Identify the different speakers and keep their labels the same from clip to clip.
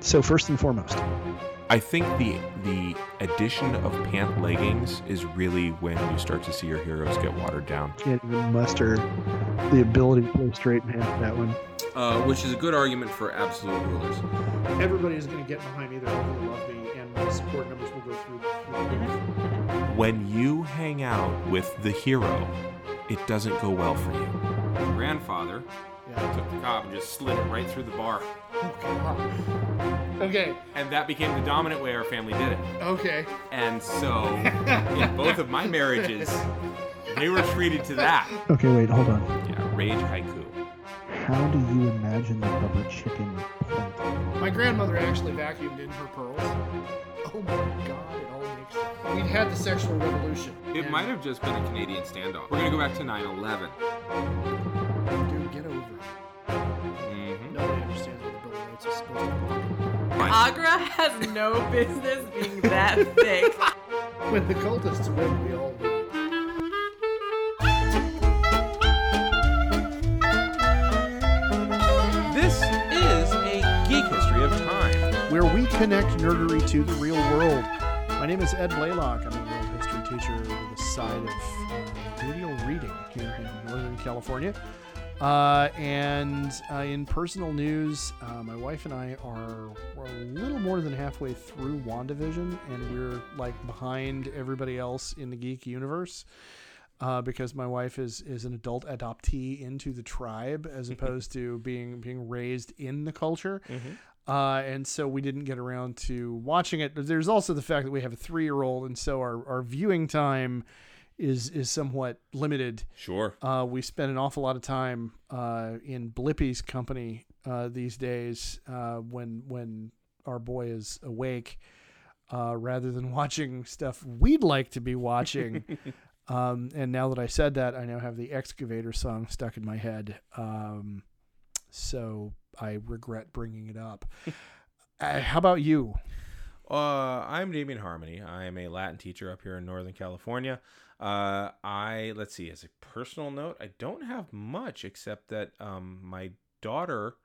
Speaker 1: So first and foremost,
Speaker 2: I think the the addition of pant leggings is really when you start to see your heroes get watered down.
Speaker 1: can't even muster the ability to play straight man for that one.
Speaker 3: uh, which is a good argument for absolute rulers.
Speaker 4: Everybody is going to get behind me. They're all going to love me, and my support numbers will go through. the
Speaker 2: When you hang out with the hero, it doesn't go well for you.
Speaker 3: Grandfather
Speaker 4: roof. Yeah.
Speaker 3: took the cob and just slid it right through the bar,
Speaker 4: Okay.
Speaker 3: and that became the dominant way our family did it.
Speaker 4: Okay.
Speaker 3: And so, in both of my marriages, they were treated to that.
Speaker 1: Okay, wait, hold on.
Speaker 3: Yeah, rage haiku.
Speaker 1: How do you imagine the rubber chicken plant?
Speaker 4: My grandmother actually vacuumed in her pearls. Oh my god, it all makes sense. We'd had the sexual revolution.
Speaker 3: It
Speaker 4: and-
Speaker 3: might have just been a Canadian standoff. We're gonna go back to 9/11.
Speaker 4: Dude, get over it.
Speaker 3: Mm-hmm.
Speaker 4: Nobody understands what the Bill of Rights is supposed to
Speaker 5: Agra has no business being that thick.
Speaker 4: be. When the cultists win, we all win.
Speaker 3: Uh, This is a geek history of time.
Speaker 4: Where we connect nerdery to the real world. My name is Ed Blaylock. I'm a world history teacher with a side of uh, radio reading here in Northern California. Uh, and uh, in personal news, uh, my wife and I are we're a little more than halfway through WandaVision, and we're like behind everybody else in the geek universe uh, because my wife is is an adult adoptee into the tribe as opposed to being being raised in the culture. Uh, and so we didn't get around to watching it. There's also the fact that we have a three year old, and so our, our viewing time is is somewhat limited.
Speaker 3: Sure.
Speaker 4: Uh, we spend an awful lot of time uh, in Blippi's company uh, these days uh, when when our boy is awake, uh, rather than watching stuff we'd like to be watching. um, and now that I said that, I now have the excavator song stuck in my head. Um, so I regret bringing it up. uh, how about you?
Speaker 3: Uh, I'm Damien Harmony. I am a Latin teacher up here in Northern California. Uh, I let's see. As a personal note, I don't have much except that um, my daughter,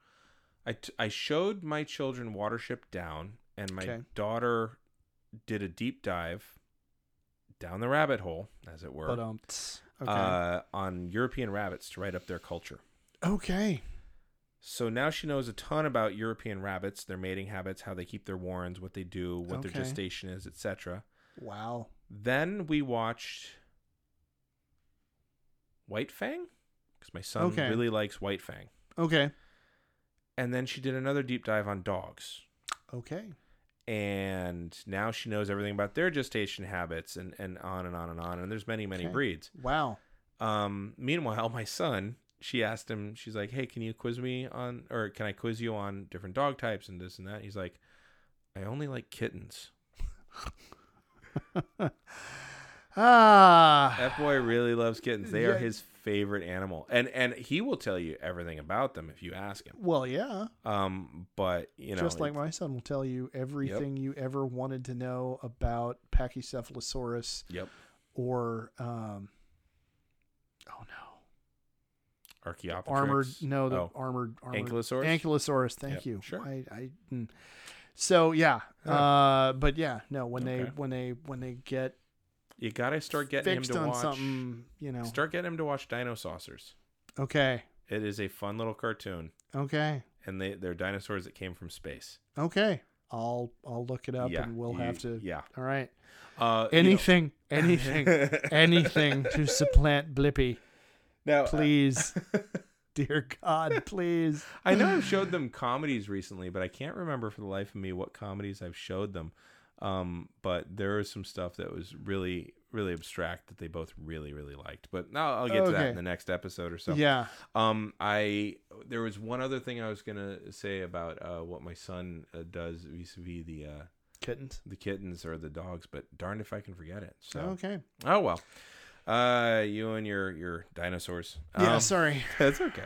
Speaker 3: I t- I showed my children Watership Down, and my
Speaker 4: Okay.
Speaker 3: daughter did a deep dive down the rabbit hole, as it were,
Speaker 4: But um, tss. okay,
Speaker 3: uh, on European rabbits to write up their culture.
Speaker 4: okay,
Speaker 3: So now she knows a ton about European rabbits, their mating habits, how they keep their warrens, what they do, what
Speaker 4: Okay.
Speaker 3: their gestation is, etc.
Speaker 4: wow.
Speaker 3: Then we watched White Fang because my son
Speaker 4: Okay.
Speaker 3: really likes White Fang.
Speaker 4: Okay,
Speaker 3: And then she did another deep dive on dogs.
Speaker 4: okay.
Speaker 3: And now she knows everything about their gestation habits and, and on and on and on. And there's many, many
Speaker 4: Okay.
Speaker 3: breeds.
Speaker 4: Wow.
Speaker 3: Um, meanwhile, my son, she asked him, she's like, Hey, can you quiz me on, or can I quiz you on different dog types and this and that? He's like, I only like kittens.
Speaker 4: Ah.
Speaker 3: That boy really loves kittens. They are
Speaker 4: Yeah.
Speaker 3: his favorite animal. And, and he will tell you everything about them if you ask him.
Speaker 4: Well, yeah.
Speaker 3: Um, but you know,
Speaker 4: Just like
Speaker 3: it-
Speaker 4: my son will tell you everything you ever wanted to know about Pachycephalosaurus
Speaker 3: yep,
Speaker 4: or um oh no.
Speaker 3: Archaeopteryx,
Speaker 4: Armored no, the
Speaker 3: Oh,
Speaker 4: armored armored
Speaker 3: Ankylosaurus?
Speaker 4: Ankylosaurus, thank
Speaker 3: Yep,
Speaker 4: you.
Speaker 3: sure.
Speaker 4: I, I mm. So yeah.
Speaker 3: Yeah.
Speaker 4: Uh but yeah, no, when they
Speaker 3: Okay.
Speaker 4: when they when they get
Speaker 3: you gotta start getting him
Speaker 4: fixed
Speaker 3: to
Speaker 4: on
Speaker 3: watch.
Speaker 4: something, you know.
Speaker 3: Start getting him to watch Dino Saucers.
Speaker 4: Okay.
Speaker 3: It is a fun little cartoon,
Speaker 4: Okay.
Speaker 3: and they they're dinosaurs that came from space.
Speaker 4: Okay. I'll I'll look it up
Speaker 3: Yeah,
Speaker 4: and we'll
Speaker 3: you-
Speaker 4: have to
Speaker 3: yeah.
Speaker 4: All right.
Speaker 3: Uh, you know-
Speaker 4: Anything, anything, anything to supplant Blippy.
Speaker 3: now, uh,
Speaker 4: please dear god please
Speaker 3: I know I've showed them comedies recently, but I can't remember for the life of me what comedies I've showed them. Um, but there is some stuff that was really, really abstract that they both really, really liked. But now I'll get to that
Speaker 4: Okay.
Speaker 3: in the next episode or so.
Speaker 4: yeah
Speaker 3: Um, I there was one other thing I was gonna say about uh, what my son uh, does vis-a-vis the uh,
Speaker 4: kittens
Speaker 3: the kittens or the dogs, but darned if I can forget it. So
Speaker 4: okay
Speaker 3: oh well. Uh, you and your your dinosaurs.
Speaker 4: yeah
Speaker 3: Um,
Speaker 4: sorry
Speaker 3: That's okay.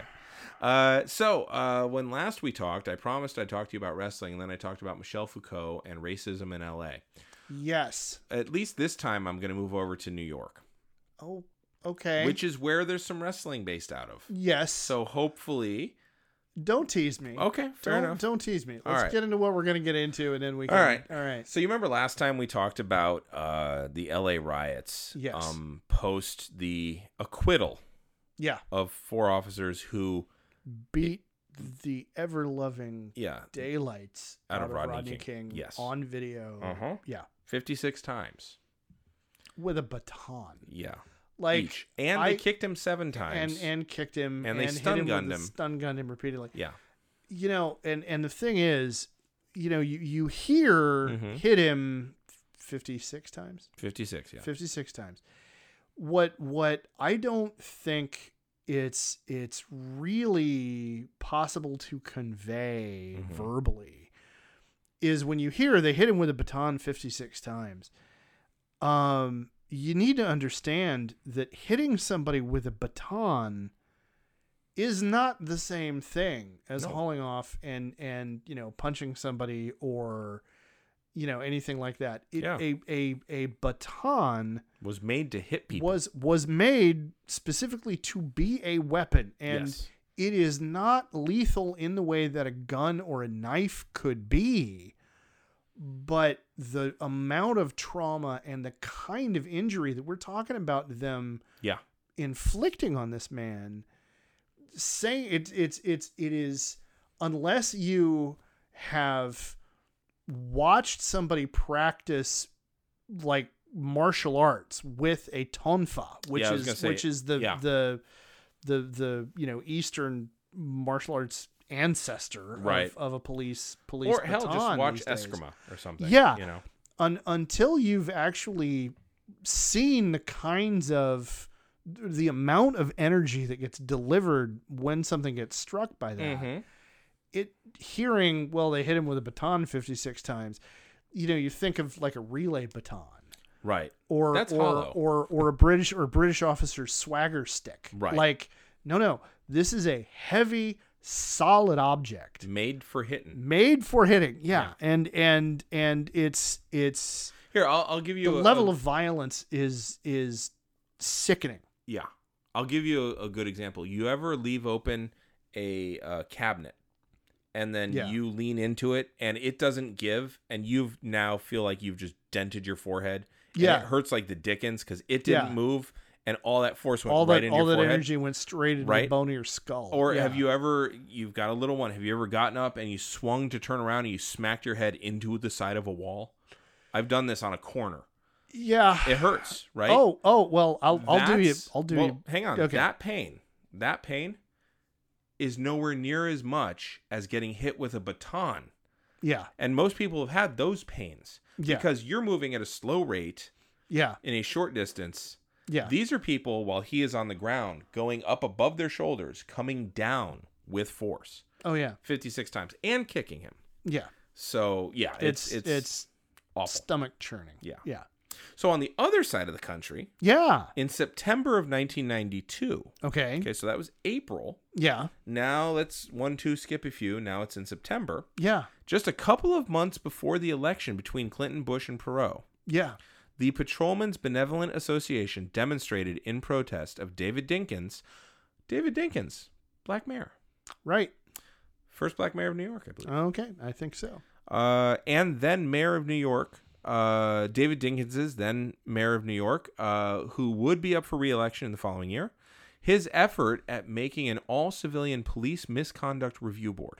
Speaker 3: Uh, so uh, when last we talked, I promised I'd talk to you about wrestling, and then I talked about Michelle Foucault and racism in LA.
Speaker 4: yes
Speaker 3: At least this time, I'm going to move over to New York,
Speaker 4: oh okay
Speaker 3: which is where there's some wrestling based out of.
Speaker 4: yes
Speaker 3: So hopefully,
Speaker 4: Don't tease me.
Speaker 3: Okay, fair
Speaker 4: don't,
Speaker 3: enough.
Speaker 4: Don't tease me.
Speaker 3: All
Speaker 4: Let's
Speaker 3: right.
Speaker 4: get into what we're gonna get into, and then we. Can,
Speaker 3: All right.
Speaker 4: All right.
Speaker 3: So you remember last time we talked about uh, the L.A. riots?
Speaker 4: Yes.
Speaker 3: Um, post the acquittal
Speaker 4: Yeah.
Speaker 3: of four officers who,
Speaker 4: Beat the ever loving
Speaker 3: yeah,
Speaker 4: daylights
Speaker 3: Out of Rodney King. Yes.
Speaker 4: On video.
Speaker 3: Uh-huh.
Speaker 4: Yeah.
Speaker 3: fifty-six times.
Speaker 4: With a baton.
Speaker 3: Yeah.
Speaker 4: Like
Speaker 3: each, and
Speaker 4: I-
Speaker 3: they kicked him seven
Speaker 4: and
Speaker 3: times.
Speaker 4: and kicked him
Speaker 3: And they
Speaker 4: hit
Speaker 3: stun
Speaker 4: him with
Speaker 3: gunned
Speaker 4: the
Speaker 3: him.
Speaker 4: Stun gunned him repeatedly.
Speaker 3: yeah.
Speaker 4: You know, and and the thing is, you know, you you hear
Speaker 3: Mhm.
Speaker 4: hit him fifty six times.
Speaker 3: Fifty-six. Yeah.
Speaker 4: 56 times what what i don't think it's it's really possible to convey
Speaker 3: Mhm.
Speaker 4: verbally is when you hear they hit him with a baton 56 times um you need to understand that hitting somebody with a baton is not the same thing as
Speaker 3: No.
Speaker 4: hauling off and and you know punching somebody or you know anything like that it,
Speaker 3: Yeah.
Speaker 4: a, a a baton
Speaker 3: Was made to hit people.
Speaker 4: was was made specifically to be a weapon and
Speaker 3: yes.
Speaker 4: it is not lethal in the way that a gun or a knife could be but the amount of trauma and the kind of injury that we're talking about them
Speaker 3: Yeah.
Speaker 4: inflicting on this man saying it it's it's it is unless you have watched somebody practice like martial arts with a tonfa which
Speaker 3: Yeah, I was gonna
Speaker 4: is
Speaker 3: say,
Speaker 4: which is the
Speaker 3: yeah.
Speaker 4: the the the you know eastern martial arts ancestor
Speaker 3: Right.
Speaker 4: of, of a police police
Speaker 3: Or hell, just
Speaker 4: baton
Speaker 3: watch
Speaker 4: these days.
Speaker 3: Eskrima or something.
Speaker 4: Yeah.
Speaker 3: You know.
Speaker 4: Un- until you've actually seen the kinds of the amount of energy that gets delivered when something gets struck by that
Speaker 3: Mhm.
Speaker 4: Mm-hmm. it hearing well they hit him with a baton 56 times you know you think of like a relay baton
Speaker 3: Right.
Speaker 4: or
Speaker 3: That's
Speaker 4: or,
Speaker 3: hollow.
Speaker 4: or or a british or british officer's swagger stick
Speaker 3: Right.
Speaker 4: like no no this is a heavy solid object
Speaker 3: Made for hitting.
Speaker 4: made for hitting yeah, and and and it's it's
Speaker 3: Here, I'll, I'll give you
Speaker 4: the
Speaker 3: a,
Speaker 4: level
Speaker 3: a-
Speaker 4: of violence is is sickening
Speaker 3: Yeah. I'll give you a, a good example. You ever leave open a uh, cabinet and then
Speaker 4: Yeah.
Speaker 3: you lean into it and it doesn't give and you've now feel like you've just dented your forehead. and
Speaker 4: Yeah.
Speaker 3: it hurts like the dickens because it didn't
Speaker 4: Yeah.
Speaker 3: move and all that force went
Speaker 4: all
Speaker 3: right
Speaker 4: that
Speaker 3: into
Speaker 4: all
Speaker 3: your
Speaker 4: that
Speaker 3: forehead.
Speaker 4: energy went straight into the
Speaker 3: Right.
Speaker 4: bone of your skull
Speaker 3: Or have
Speaker 4: Yeah.
Speaker 3: you ever you've got a little one, have you ever gotten up and you swung to turn around and you smacked your head into the side of a wall? I've done this on a corner.
Speaker 4: yeah
Speaker 3: It hurts, right?
Speaker 4: Oh, oh, well, I'll, I'll do you.
Speaker 3: That's-
Speaker 4: I'll do
Speaker 3: well,
Speaker 4: you.
Speaker 3: Hang on.
Speaker 4: Okay.
Speaker 3: That pain, that pain is nowhere near as much as getting hit with a baton.
Speaker 4: Yeah,
Speaker 3: And most people have had those pains
Speaker 4: yeah,
Speaker 3: because you're moving at a slow rate
Speaker 4: yeah,
Speaker 3: in a short distance.
Speaker 4: yeah,
Speaker 3: These are people, while he is on the ground, going up above their shoulders, coming down with force
Speaker 4: oh yeah,
Speaker 3: 56 times and kicking him.
Speaker 4: yeah.
Speaker 3: So, yeah,
Speaker 4: It's
Speaker 3: it's,
Speaker 4: it's,
Speaker 3: awful.
Speaker 4: stomach churning.
Speaker 3: Yeah.
Speaker 4: yeah,
Speaker 3: so, on the other side of the country,
Speaker 4: yeah.
Speaker 3: in September of 1992,
Speaker 4: Okay.
Speaker 3: okay, so that was April.
Speaker 4: Yeah,
Speaker 3: Now let's one, two, skip a few. Now it's in September.
Speaker 4: yeah,
Speaker 3: Just a couple of months before the election between Clinton, Bush, and Perot,
Speaker 4: yeah.
Speaker 3: the Patrolmen's Benevolent Association demonstrated in protest of David Dinkins, David Dinkins, black mayor,
Speaker 4: Right.
Speaker 3: first black mayor of New York, I believe,
Speaker 4: Okay. I think so.
Speaker 3: uh, and then mayor of New York. Uh, David Dinkins is then mayor of New York, uh, who would be up for reelection in the following year. His effort at making an all civilian police misconduct review board.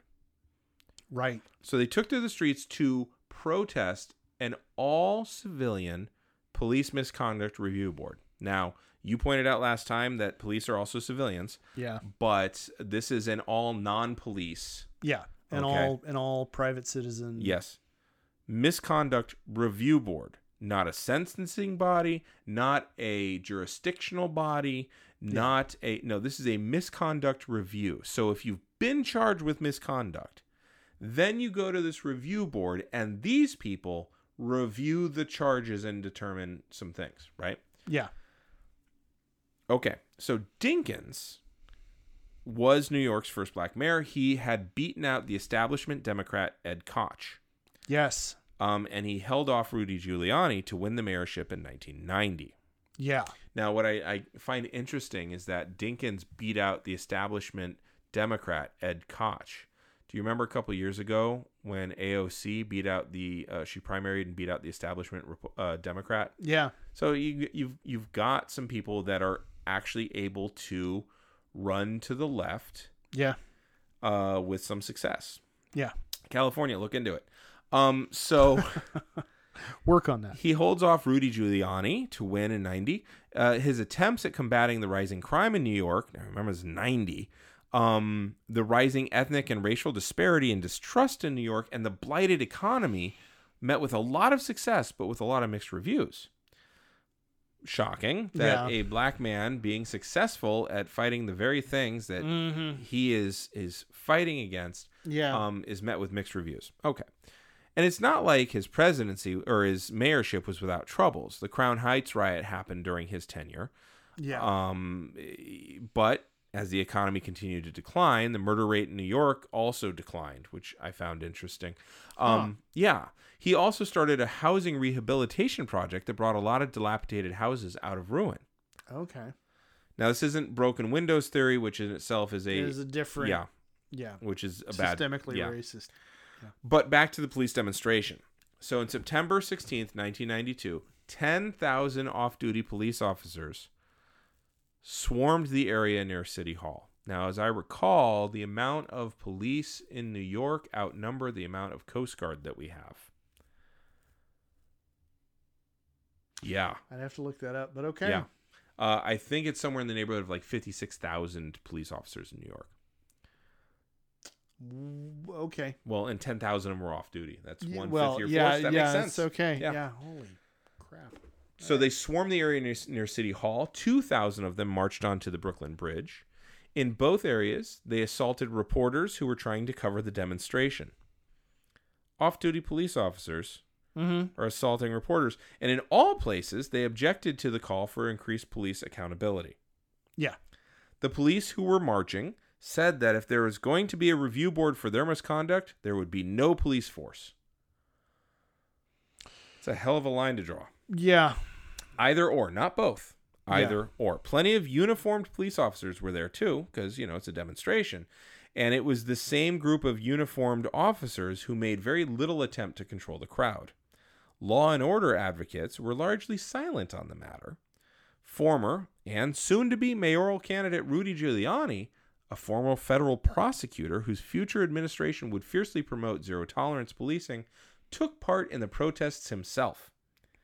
Speaker 4: Right.
Speaker 3: So they took to the streets to protest an all civilian police misconduct review board. Now, you pointed out last time that police are also civilians,
Speaker 4: Yeah.
Speaker 3: but this is an all non police,
Speaker 4: Yeah. And
Speaker 3: Okay.
Speaker 4: all and all private citizen.
Speaker 3: yes, misconduct review board. Not a sentencing body, not a jurisdictional body, not a. No, this is a misconduct review. So if you've been charged with misconduct, Then you go to this review board, and these people review the charges and determine some things, right?
Speaker 4: Yeah.
Speaker 3: Okay, so Dinkins was New York's first black mayor. He had beaten out the establishment Democrat Ed Koch,
Speaker 4: Yes.
Speaker 3: um, and he held off Rudy Giuliani to win the mayorship in 1990.
Speaker 4: Yeah.
Speaker 3: Now, what I, I find interesting is that Dinkins beat out the establishment Democrat Ed Koch. Do you remember a couple years ago when AOC beat out the uh, she primaried and beat out the establishment Repo- uh, Democrat?
Speaker 4: Yeah.
Speaker 3: So you you've you've got some people that are actually able to run to the left
Speaker 4: Yeah.
Speaker 3: uh, with some success.
Speaker 4: Yeah.
Speaker 3: California, look into it. Um, so
Speaker 4: Work on that.
Speaker 3: he holds off Rudy Giuliani to win in 90. Uh, his attempts at combating the rising crime in New York, now remember it's 90, um, the rising ethnic and racial disparity and distrust in New York, and the blighted economy met with a lot of success, but with a lot of mixed reviews. Shocking that
Speaker 4: Yeah.
Speaker 3: a black man being successful at fighting the very things that
Speaker 4: Mm-hmm.
Speaker 3: he is is fighting against
Speaker 4: Yeah.
Speaker 3: um, is met with mixed reviews. Okay. And it's not like his presidency or his mayorship was without troubles. The Crown Heights riot happened during his tenure.
Speaker 4: yeah.
Speaker 3: Um, but as the economy continued to decline, the murder rate in New York also declined, which I found interesting. Um, Yeah. He also started a housing rehabilitation project that brought a lot of dilapidated houses out of ruin.
Speaker 4: okay.
Speaker 3: Now, this isn't broken windows theory, which in itself is a.
Speaker 4: There's a different.
Speaker 3: yeah,
Speaker 4: Yeah.
Speaker 3: which is a bad.
Speaker 4: Systemically
Speaker 3: yeah.
Speaker 4: racist.
Speaker 3: But back to the police demonstration. So in September 16th, 1992, 10,000 off duty police officers swarmed the area near City Hall. Now, as I recall, the amount of police in New York outnumber the amount of Coast Guard that we have. Yeah.
Speaker 4: I'd have to look that up, but okay.
Speaker 3: Yeah. Uh, I think it's somewhere in the neighborhood of like 56,000 police officers in New York.
Speaker 4: W- Okay.
Speaker 3: Well, and 10,000 of them were off duty. That's
Speaker 4: Y-
Speaker 3: one fifth
Speaker 4: well,
Speaker 3: your
Speaker 4: yeah,
Speaker 3: force. That
Speaker 4: yeah,
Speaker 3: makes sense.
Speaker 4: It's okay.
Speaker 3: Yeah.
Speaker 4: Yeah. Holy crap.
Speaker 3: So they swarmed the area near, near City Hall. 2,000 of them marched onto the Brooklyn Bridge. In both areas, they assaulted reporters who were trying to cover the demonstration. Off duty police officers
Speaker 4: Mm-hmm.
Speaker 3: are assaulting reporters. And in all places, they objected to the call for increased police accountability.
Speaker 4: Yeah.
Speaker 3: The police who were marching said that if there was going to be a review board for their misconduct, there would be no police force. It's a hell of a line to draw.
Speaker 4: Yeah.
Speaker 3: Either or, not both.
Speaker 4: Yeah.
Speaker 3: Either or. Plenty of uniformed police officers were there too, because, you know, it's a demonstration. And it was the same group of uniformed officers who made very little attempt to control the crowd. Law and order advocates were largely silent on the matter. Former and soon to be mayoral candidate Rudy Giuliani, a former federal prosecutor whose future administration would fiercely promote zero tolerance policing, took part in the protests himself.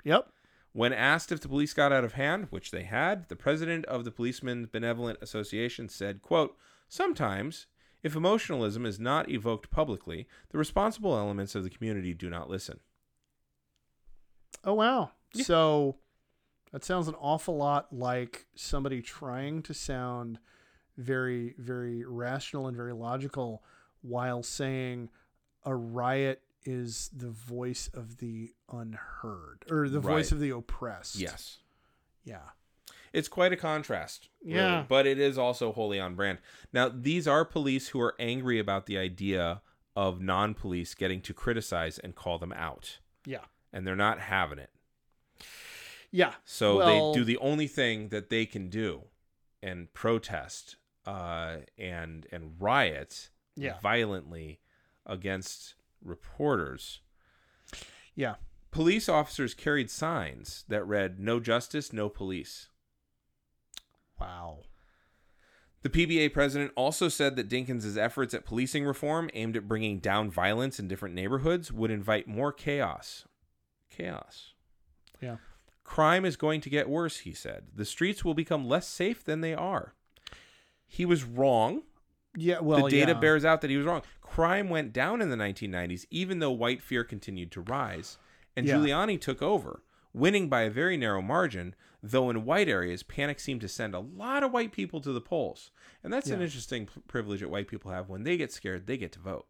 Speaker 4: Yep.
Speaker 3: When asked if the police got out of hand, which they had, the president of the Policemen's Benevolent Association said, quote, Sometimes, if emotionalism is not evoked publicly, the responsible elements of the community do not listen.
Speaker 4: Oh wow.
Speaker 3: Yeah.
Speaker 4: So that sounds an awful lot like somebody trying to sound very very rational and very logical while saying a riot is the voice of the unheard or the voice
Speaker 3: Right.
Speaker 4: of the oppressed.
Speaker 3: Yes.
Speaker 4: Yeah.
Speaker 3: It's quite a contrast.
Speaker 4: Yeah.
Speaker 3: But it is also wholly on brand. Now, these are police who are angry about the idea of non police getting to criticize and call them out.
Speaker 4: Yeah.
Speaker 3: And they're not having it.
Speaker 4: Yeah.
Speaker 3: So
Speaker 4: Well-
Speaker 3: they do the only thing that they can do and protest uh, and and riot
Speaker 4: Yeah.
Speaker 3: violently against reporters.
Speaker 4: Yeah.
Speaker 3: Police officers carried signs that read "No justice, no police."
Speaker 4: Wow.
Speaker 3: The PBA president also said that Dinkins' efforts at policing reform aimed at bringing down violence in different neighborhoods would invite more chaos. Chaos.
Speaker 4: Yeah.
Speaker 3: Crime is going to get worse, he said. The streets will become less safe than they are. He was wrong.
Speaker 4: Yeah, well,
Speaker 3: the data
Speaker 4: yeah.
Speaker 3: bears out that he was wrong. Crime went down in the 1990s, even though white fear continued to rise. And
Speaker 4: Yeah.
Speaker 3: Giuliani took over, winning by a very narrow margin, though in white areas, panic seemed to send a lot of white people to the polls. And that's an
Speaker 4: Yeah.
Speaker 3: interesting p- privilege that white people have. When they get scared, they get to vote.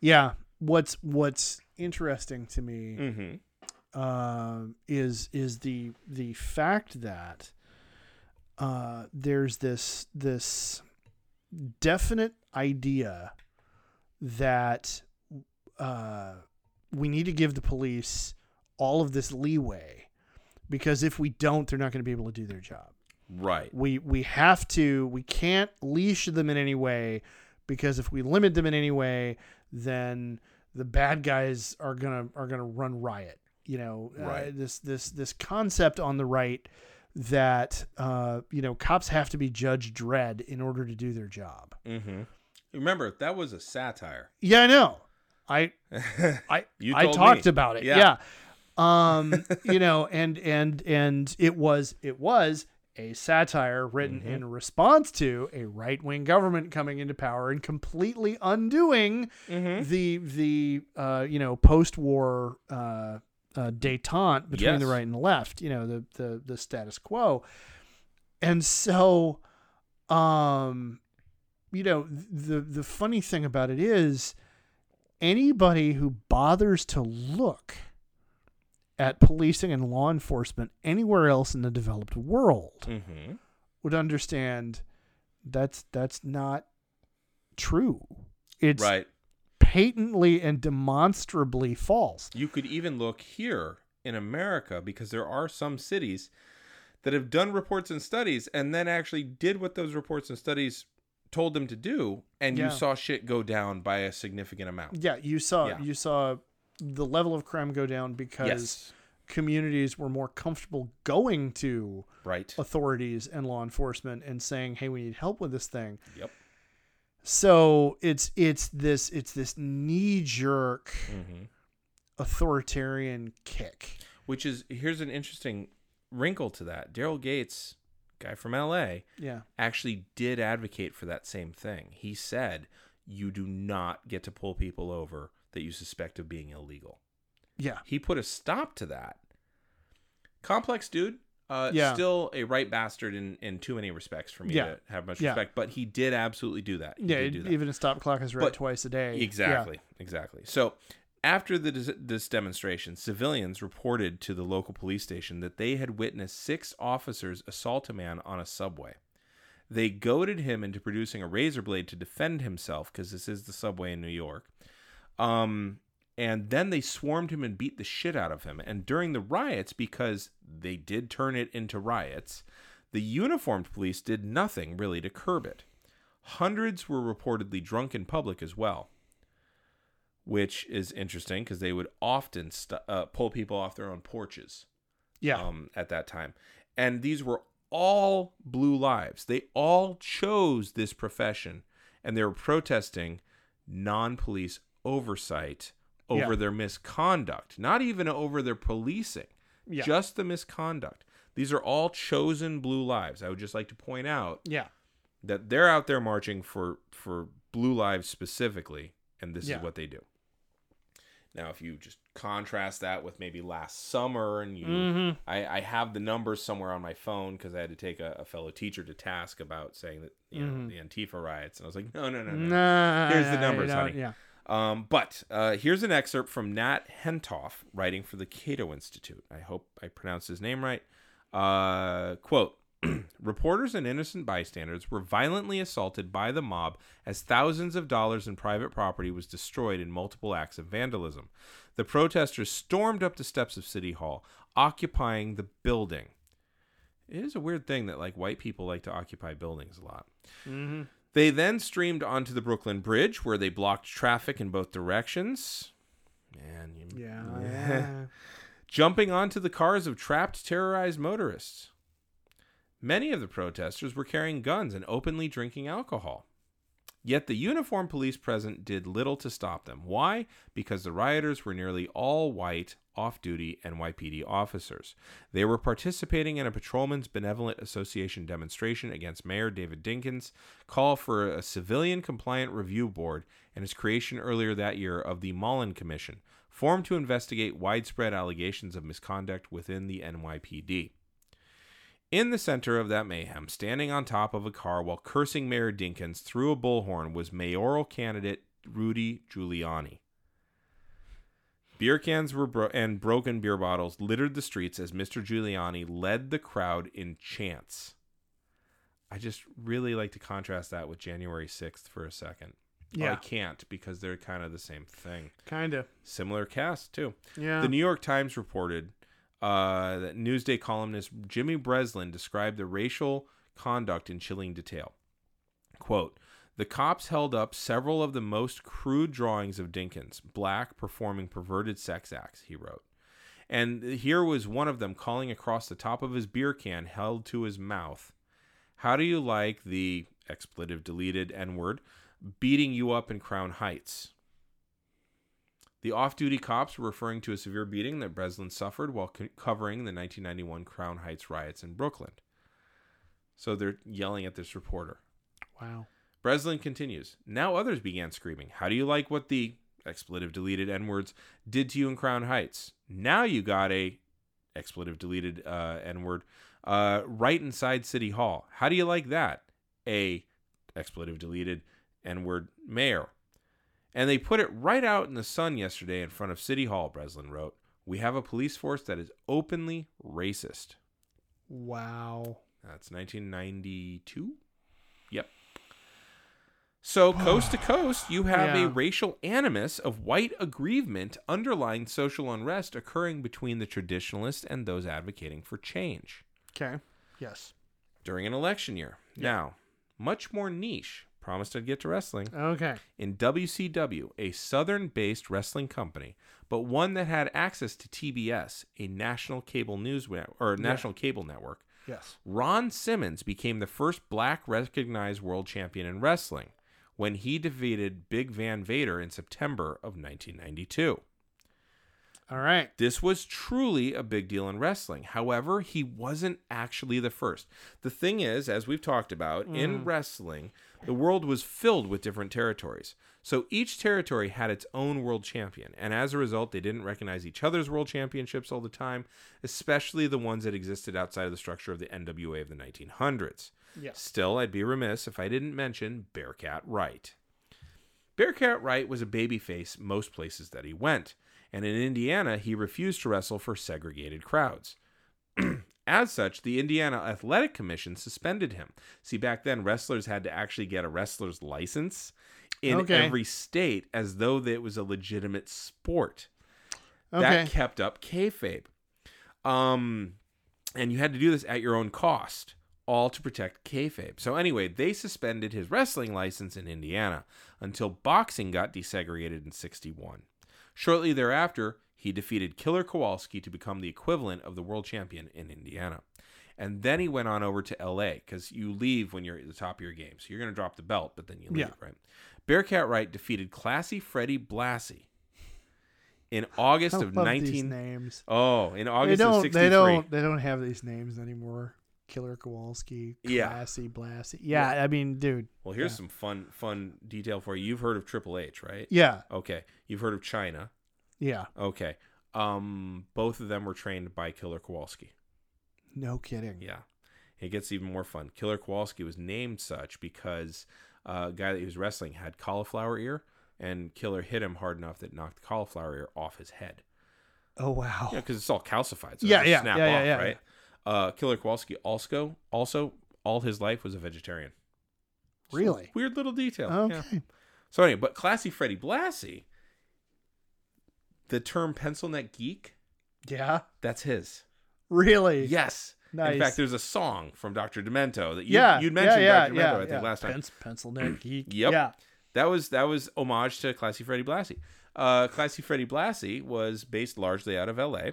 Speaker 4: Yeah. What's what's interesting to me
Speaker 3: Mm-hmm.
Speaker 4: um, is is the the fact that uh, there's this this definite idea that uh, we need to give the police all of this leeway because if we don't, they're not going to be able to do their job
Speaker 3: Right.
Speaker 4: we we have to we can't leash them in any way because if we limit them in any way, then the bad guys are gonna are gonna run riot. You know, uh,
Speaker 2: Right.
Speaker 4: this this this concept on the right that uh, you know cops have to be Judge Dredd in order to do their job.
Speaker 3: Mm-hmm. Remember, that was a satire.
Speaker 4: Yeah, I know. I I
Speaker 3: You
Speaker 4: I
Speaker 3: told
Speaker 4: talked
Speaker 3: me.
Speaker 4: about it. Yeah.
Speaker 3: Yeah.
Speaker 4: Um, you know, and and and it was it was a satire written
Speaker 3: Mm-hmm.
Speaker 4: in response to a right-wing government coming into power and completely undoing
Speaker 3: mm-hmm.
Speaker 4: the the uh, you know, post-war uh uh, detente between the
Speaker 3: Yes.
Speaker 4: right and the left, you know, the the the status quo. And so um you know, th- the the funny thing about it is anybody who bothers to look at policing and law enforcement anywhere else in the developed world
Speaker 3: Mm-hmm.
Speaker 4: would understand that's that's not true. It's
Speaker 3: Right.
Speaker 4: patently and demonstrably false.
Speaker 3: You could even look here in America because there are some cities that have done reports and studies and then actually did what those reports and studies told them to do and
Speaker 4: Yeah.
Speaker 3: you saw shit go down by a significant amount.
Speaker 4: Yeah, you saw
Speaker 3: Yeah.
Speaker 4: you saw the level of crime go down because
Speaker 3: Yes.
Speaker 4: communities were more comfortable going to
Speaker 3: Right.
Speaker 4: authorities and law enforcement and saying, "Hey, we need help with this thing."
Speaker 3: Yep.
Speaker 4: So it's it's this it's this knee jerk
Speaker 3: Mm-hmm.
Speaker 4: authoritarian kick.
Speaker 3: Which is here's an interesting wrinkle to that. Daryl Gates, guy from LA,
Speaker 4: Yeah,
Speaker 3: actually did advocate for that same thing. He said, "You do not get to pull people over that you suspect of being illegal."
Speaker 4: yeah,
Speaker 3: He put a stop to that. Complex dude, uh,
Speaker 4: Yeah.
Speaker 3: still a right bastard in, in too many respects for me
Speaker 4: Yeah.
Speaker 3: to have much
Speaker 4: Yeah.
Speaker 3: respect, but he did absolutely do that. He
Speaker 4: yeah.
Speaker 3: did do that.
Speaker 4: Even a stop clock is read
Speaker 3: But-
Speaker 4: twice a day. Yeah.
Speaker 3: Exactly. Exactly. So after the, dis- this demonstration, civilians reported to the local police station that they had witnessed six officers assault a man on a subway. They goaded him into producing a razor blade to defend himself because this is the subway in New York. Um, and then they swarmed him and beat the shit out of him. And during the riots, because they did turn it into riots, the uniformed police did nothing really to curb it. Hundreds were reportedly drunk in public as well, which is interesting because they would often st- uh, pull people off their own porches
Speaker 4: Yeah.
Speaker 3: um, at that time. And these were all blue lives. They all chose this profession and they were protesting non police oversight over
Speaker 4: Yeah.
Speaker 3: their misconduct, not even over their policing,
Speaker 4: Yeah.
Speaker 3: just the misconduct. These are all chosen blue lives. I would just like to point out
Speaker 4: yeah.
Speaker 3: that they're out there marching for for blue lives specifically and this
Speaker 4: Yeah.
Speaker 3: is what they do now if you just contrast that with maybe last summer and you
Speaker 4: Mhm.
Speaker 3: I, I have the numbers somewhere on my phone because i had to take a, a fellow teacher to task about saying that you know
Speaker 4: Mhm.
Speaker 3: the antifa riots and i was like no no no no
Speaker 4: Nah,
Speaker 3: Here's the
Speaker 4: I
Speaker 3: numbers,
Speaker 4: don't-
Speaker 3: honey.
Speaker 4: Yeah.
Speaker 3: um, but uh, here's an excerpt from Nat Hentoff writing for the Cato Institute. I hope I pronounced his name right. Uh, quote Reporters and innocent bystanders were violently assaulted by the mob as thousands of dollars in private property was destroyed in multiple acts of vandalism. The protesters stormed up the steps of City Hall, occupying the building. It is a weird thing that like white people like to occupy buildings a lot. They then streamed onto the Brooklyn Bridge, where they blocked traffic in both directions. Man, you,
Speaker 4: Yeah.
Speaker 3: jumping onto the cars of trapped, terrorized motorists. Many of the protesters were carrying guns and openly drinking alcohol. Yet the uniformed police present did little to stop them. Why? Because the rioters were nearly all white, off duty NYPD officers. They were participating in a Patrolmen's Benevolent Association demonstration against Mayor David Dinkins' call for a civilian compliant review board and his creation earlier that year of the Mullen Commission, formed to investigate widespread allegations of misconduct within the NYPD. In the center of that mayhem, standing on top of a car while cursing Mayor Dinkins through a bullhorn, was mayoral candidate Rudy Giuliani. Beer cans were bro- and broken beer bottles littered the streets as Mr. Giuliani led the crowd in chants. I just really like to contrast that with January 6th for a second. Well,
Speaker 4: Yeah.
Speaker 3: I can't because they're kind of the same thing.
Speaker 4: Kind of.
Speaker 3: Similar cast, too.
Speaker 4: Yeah.
Speaker 3: The New York Times reported uh, that Newsday columnist Jimmy Breslin described the racial conduct in chilling detail. Quote, The cops held up several of the most crude drawings of Dinkins, black, performing perverted sex acts, he wrote. And here was one of them calling across the top of his beer can held to his mouth. How do you like the expletive deleted N word beating you up in Crown Heights? The off duty cops were referring to a severe beating that Breslin suffered while co- covering the 1991 Crown Heights riots in Brooklyn. So they're yelling at this reporter.
Speaker 4: Wow.
Speaker 3: Breslin continues. Now others began screaming, How do you like what the expletive deleted N words did to you in Crown Heights? Now you got a expletive deleted uh, N word uh, right inside City Hall. How do you like that? A expletive deleted N word mayor. And they put it right out in the sun yesterday in front of City Hall, Breslin wrote. We have a police force that is openly racist.
Speaker 4: Wow.
Speaker 3: That's 1992. Yep. So, coast to coast, you have a
Speaker 4: Yeah.
Speaker 3: racial animus of white aggrievement underlying social unrest occurring between the traditionalists and those advocating for change
Speaker 4: Okay. Yes.
Speaker 3: during an election year. Now, much more niche. Promised I'd get to wrestling
Speaker 4: Okay.
Speaker 3: in WCW, a southern based wrestling company, but one that had access to TBS, a national cable news net- or national cable network.
Speaker 4: Yes.
Speaker 3: Ron Simmons became the first black recognized world champion in wrestling when he defeated Big Van Vader in September of 1992.
Speaker 4: All right.
Speaker 3: This was truly a big deal in wrestling. However, he wasn't actually the first. The thing is, as we've talked about, in wrestling, the world was filled with different territories. So each territory had its own world champion. And as a result, they didn't recognize each other's world championships all the time, especially the ones that existed outside of the structure of the NWA of the 1900s.
Speaker 4: Yes.
Speaker 3: Still, I'd be remiss if I didn't mention Bearcat Wright. Bearcat Wright was a babyface most places that he went, and in Indiana, he refused to wrestle for segregated crowds. As such, the Indiana Athletic Commission suspended him. See, back then, wrestlers had to actually get a wrestler's license in
Speaker 4: Okay.
Speaker 3: every state as though it was a legitimate sport
Speaker 4: Okay.
Speaker 3: that kept up kayfabe. Um, and you had to do this at your own cost, all to protect kayfabe. So anyway, they suspended his wrestling license in Indiana until boxing got desegregated in '61. Shortly thereafter, he defeated Killer Kowalski to become the equivalent of the world champion in Indiana. And then he went on over to LA because you leave when you're at the top of your game. So you're going to drop the belt, but then you leave,
Speaker 4: Yeah.
Speaker 3: right? Bearcat Wright defeated Classy Freddie Blassie in August
Speaker 4: I
Speaker 3: of
Speaker 4: love these
Speaker 3: 19.
Speaker 4: names.
Speaker 3: oh, in
Speaker 4: They
Speaker 3: August of
Speaker 4: don't.
Speaker 3: 63.
Speaker 4: They don't. They don't have these names anymore. Killer Kowalski.
Speaker 3: Yeah.
Speaker 4: Classy Blassie. Yeah, I mean, dude.
Speaker 3: Well, here's
Speaker 4: Yeah.
Speaker 3: some fun fun detail for you. You've heard of Triple H, right?
Speaker 4: Yeah.
Speaker 3: Okay. You've heard of China.
Speaker 4: Yeah.
Speaker 3: Okay. Um, both of them were trained by Killer Kowalski.
Speaker 4: No kidding.
Speaker 3: Yeah. It gets even more fun. Killer Kowalski was named such because uh, a guy that he was wrestling had cauliflower ear, and Killer hit him hard enough that knocked the cauliflower ear off his head.
Speaker 4: Oh wow.
Speaker 3: Yeah, because it's all calcified. So yeah,
Speaker 4: Yeah,
Speaker 3: yeah,
Speaker 4: yeah,
Speaker 3: snap
Speaker 4: yeah, yeah,
Speaker 3: off,
Speaker 4: yeah,
Speaker 3: right? Uh, Killer Kowalski also, also, all his life was a vegetarian. So,
Speaker 4: Really?
Speaker 3: weird little detail. Yeah.
Speaker 4: Okay.
Speaker 3: So anyway, but classy Freddie Blassie, the term pencil neck geek,
Speaker 4: Yeah.
Speaker 3: that's his.
Speaker 4: Really?
Speaker 3: Yes.
Speaker 4: Nice.
Speaker 3: In fact, there's a song from Dr. Demento that you,
Speaker 4: yeah.
Speaker 3: you'd mentioned
Speaker 4: yeah,
Speaker 3: Dr. Demento,
Speaker 4: yeah, yeah,
Speaker 3: I think,
Speaker 4: yeah.
Speaker 3: last time.
Speaker 4: Pence, pencil neck geek.
Speaker 3: Yep.
Speaker 4: Yeah.
Speaker 3: That was that was homage to Classy Freddie Blassie. Uh, Classy Freddie Blassie was based largely out of L.A.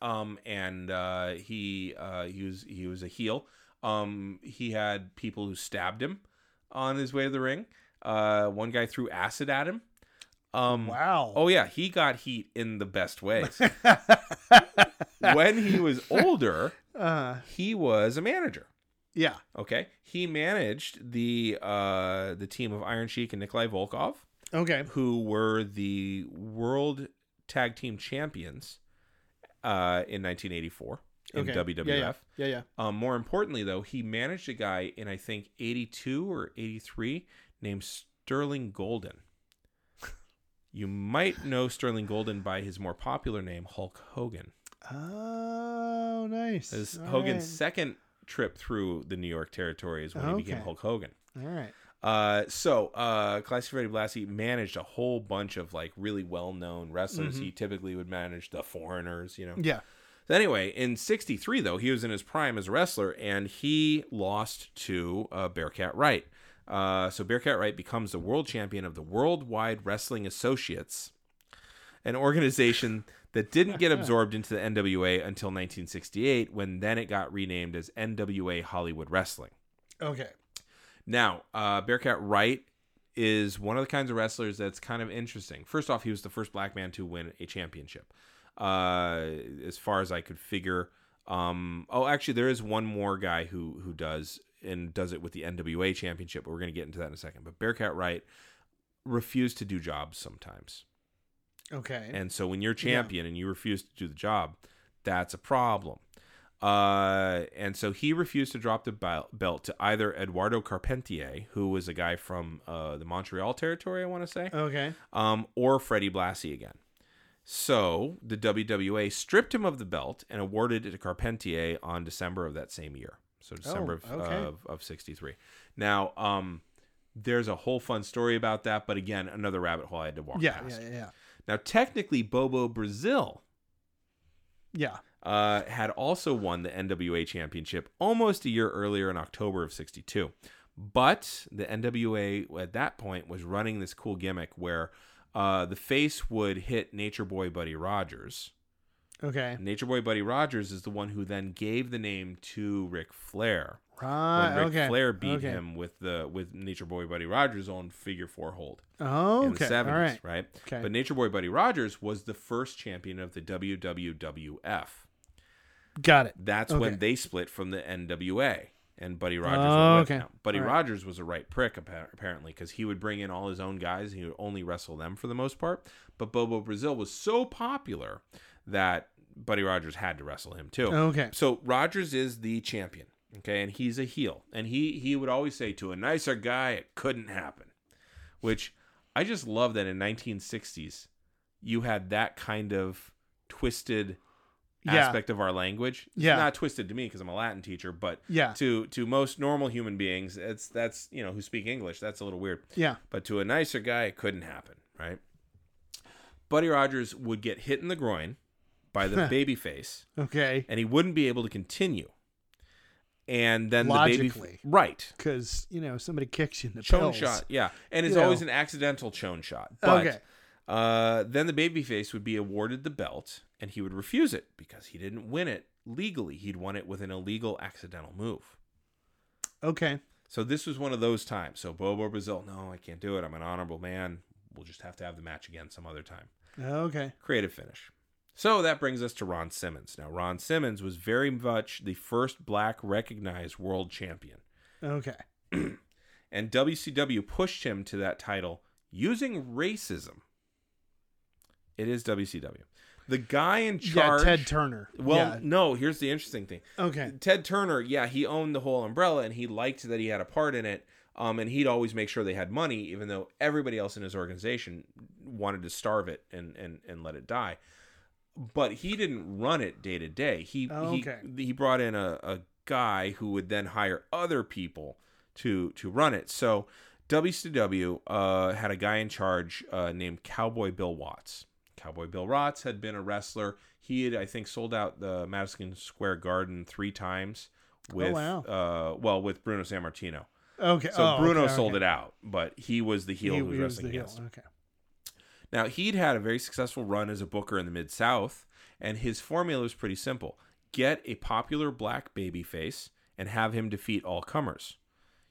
Speaker 3: Um, and uh, he uh, he was he was a heel. Um, he had people who stabbed him on his way to the ring. Uh, one guy threw acid at him. Um,
Speaker 4: Wow.
Speaker 3: Oh yeah, he got heat in the best ways. Oh. when he was older,
Speaker 4: Uh,
Speaker 3: he was a manager.
Speaker 4: yeah.
Speaker 3: Okay, he managed the uh, the team of Iron Sheik and Nikolai Volkov
Speaker 4: Okay.
Speaker 3: who were the world tag team champions uh, in 1984 in
Speaker 4: okay.
Speaker 3: WWF.
Speaker 4: Yeah. Yeah. Yeah. yeah.
Speaker 3: Um, more importantly, though, he managed a guy in I think 82 or 83 named Sterling Golden. You might know Sterling Golden by his more popular name, Hulk Hogan.
Speaker 4: Oh, nice.
Speaker 3: This is
Speaker 4: All
Speaker 3: Hogan's
Speaker 4: right.
Speaker 3: second trip through the New York territory is when he became
Speaker 4: Okay.
Speaker 3: Hulk Hogan.
Speaker 4: All right.
Speaker 3: Uh, so uh, Classy Freddie Blassie managed a whole bunch of like really well-known wrestlers. He typically would manage the foreigners, you know.
Speaker 4: Yeah.
Speaker 3: So anyway, in '63 though, he was in his prime as a wrestler, and he lost to uh, Bearcat Wright. Uh, so Bearcat Wright becomes the world champion of the Worldwide Wrestling Associates, an organization that didn't get absorbed into the NWA until 1968, when then it got renamed as NWA Hollywood Wrestling.
Speaker 4: Okay.
Speaker 3: Now, uh, Bearcat Wright is one of the kinds of wrestlers that's kind of interesting. First off, he was the first black man to win a championship, uh, as far as I could figure. Um, oh, actually, there is one more guy who who does and does it with the NWA championship, but we're going to get into that in a second. But Bearcat Wright refused to do jobs sometimes,
Speaker 4: Okay.
Speaker 3: and so when you're champion and you refuse to do the job, that's a problem. Uh, and so he refused to drop the bel- belt to either Eduardo Carpentier, who was a guy from uh, the Montreal territory, I want to say,
Speaker 4: okay.
Speaker 3: um, or Freddie Blassie again. So the WWA stripped him of the belt and awarded it to Carpentier on December of that same year. So December
Speaker 4: Oh,
Speaker 3: of,
Speaker 4: okay.
Speaker 3: of, of 63. Now, um, there's a whole fun story about that, but again, another rabbit hole I had to walk
Speaker 4: Yeah,
Speaker 3: past.
Speaker 4: yeah. Yeah. Yeah.
Speaker 3: Now, technically, Bobo Brazil
Speaker 4: Yeah.
Speaker 3: uh, had also won the NWA championship almost a year earlier in October of 62. But the NWA at that point was running this cool gimmick where uh, the face would hit Nature Boy Buddy Rogers.
Speaker 4: Okay.
Speaker 3: Nature Boy Buddy Rogers is the one who then gave the name to Ric Flair.
Speaker 4: Right.
Speaker 3: When Ric
Speaker 4: Uh, okay.
Speaker 3: Flair beat
Speaker 4: okay.
Speaker 3: him with the with Nature Boy Buddy Rogers on figure four hold
Speaker 4: Oh,
Speaker 3: in the
Speaker 4: okay. All
Speaker 3: 70s,
Speaker 4: right.
Speaker 3: right?
Speaker 4: Okay.
Speaker 3: But Nature Boy Buddy Rogers was the first champion of the WWWF.
Speaker 4: Got it.
Speaker 3: That's
Speaker 4: Okay.
Speaker 3: when they split from the NWA. And Buddy Rogers
Speaker 4: Oh,
Speaker 3: went with
Speaker 4: okay.
Speaker 3: them. Buddy
Speaker 4: All right.
Speaker 3: Rogers was a right prick, appa- apparently, because he would bring in all his own guys and he would only wrestle them for the most part. But Bobo Brazil was so popular that Buddy Rogers had to wrestle him too.
Speaker 4: Okay.
Speaker 3: So Rogers is the champion, okay, and he's a heel, and he he would always say to a nicer guy, it couldn't happen, which I just love that in 1960s you had that kind of twisted
Speaker 4: Yeah.
Speaker 3: aspect of our language. It's
Speaker 4: Yeah.
Speaker 3: not twisted to me because I'm a Latin teacher, but
Speaker 4: Yeah.
Speaker 3: to to most normal human beings, it's that's you know who speak English, that's a little weird.
Speaker 4: Yeah.
Speaker 3: But to a nicer guy, it couldn't happen, right? Buddy Rogers would get hit in the groin by the baby face
Speaker 4: Okay.
Speaker 3: and he wouldn't be able to continue. And then the
Speaker 4: Logically.
Speaker 3: baby, right?
Speaker 4: Because you know somebody kicks you in the
Speaker 3: Chone
Speaker 4: pills.
Speaker 3: shot, yeah, and it's
Speaker 4: You know.
Speaker 3: always an accidental chone shot. But
Speaker 4: Okay.
Speaker 3: uh, then the babyface would be awarded the belt, and he would refuse it because he didn't win it legally. He'd won it with an illegal accidental move.
Speaker 4: Okay.
Speaker 3: So this was one of those times. So Bobo Brazil, no, I can't do it. I'm an honorable man. We'll just have to have the match again some other time.
Speaker 4: Okay.
Speaker 3: creative finish. So that brings us to Ron Simmons. Now, Ron Simmons was very much the first black recognized world champion,
Speaker 4: Okay.
Speaker 3: and WCW pushed him to that title using racism. It is WCW. The guy in charge.
Speaker 4: Yeah. Ted Turner.
Speaker 3: Well,
Speaker 4: Yeah.
Speaker 3: no, here's the interesting thing.
Speaker 4: Okay.
Speaker 3: Ted Turner, yeah, he owned the whole umbrella and he liked that he had a part in it. Um, and he'd always make sure they had money, even though everybody else in his organization wanted to starve it and and, and let it die. But he didn't run it day to day. He
Speaker 4: Oh,
Speaker 3: he-
Speaker 4: okay.
Speaker 3: he brought in a, a guy who would then hire other people to to run it. So WCW uh, had a guy in charge uh, named Cowboy Bill Watts. Cowboy Bill Watts had been a wrestler. He had, I think, sold out the Madison Square Garden three times with,
Speaker 4: Oh, wow.
Speaker 3: uh, well, with Bruno Sammartino.
Speaker 4: Okay.
Speaker 3: So
Speaker 4: oh,
Speaker 3: Bruno
Speaker 4: okay,
Speaker 3: sold
Speaker 4: okay.
Speaker 3: it out, but he was the heel
Speaker 4: He,
Speaker 3: who was
Speaker 4: he was
Speaker 3: wrestling
Speaker 4: the heel.
Speaker 3: against.
Speaker 4: Okay.
Speaker 3: Now, he'd had a very successful run as a booker in the Mid South, and his formula was pretty simple get a popular black babyface and have him defeat all comers.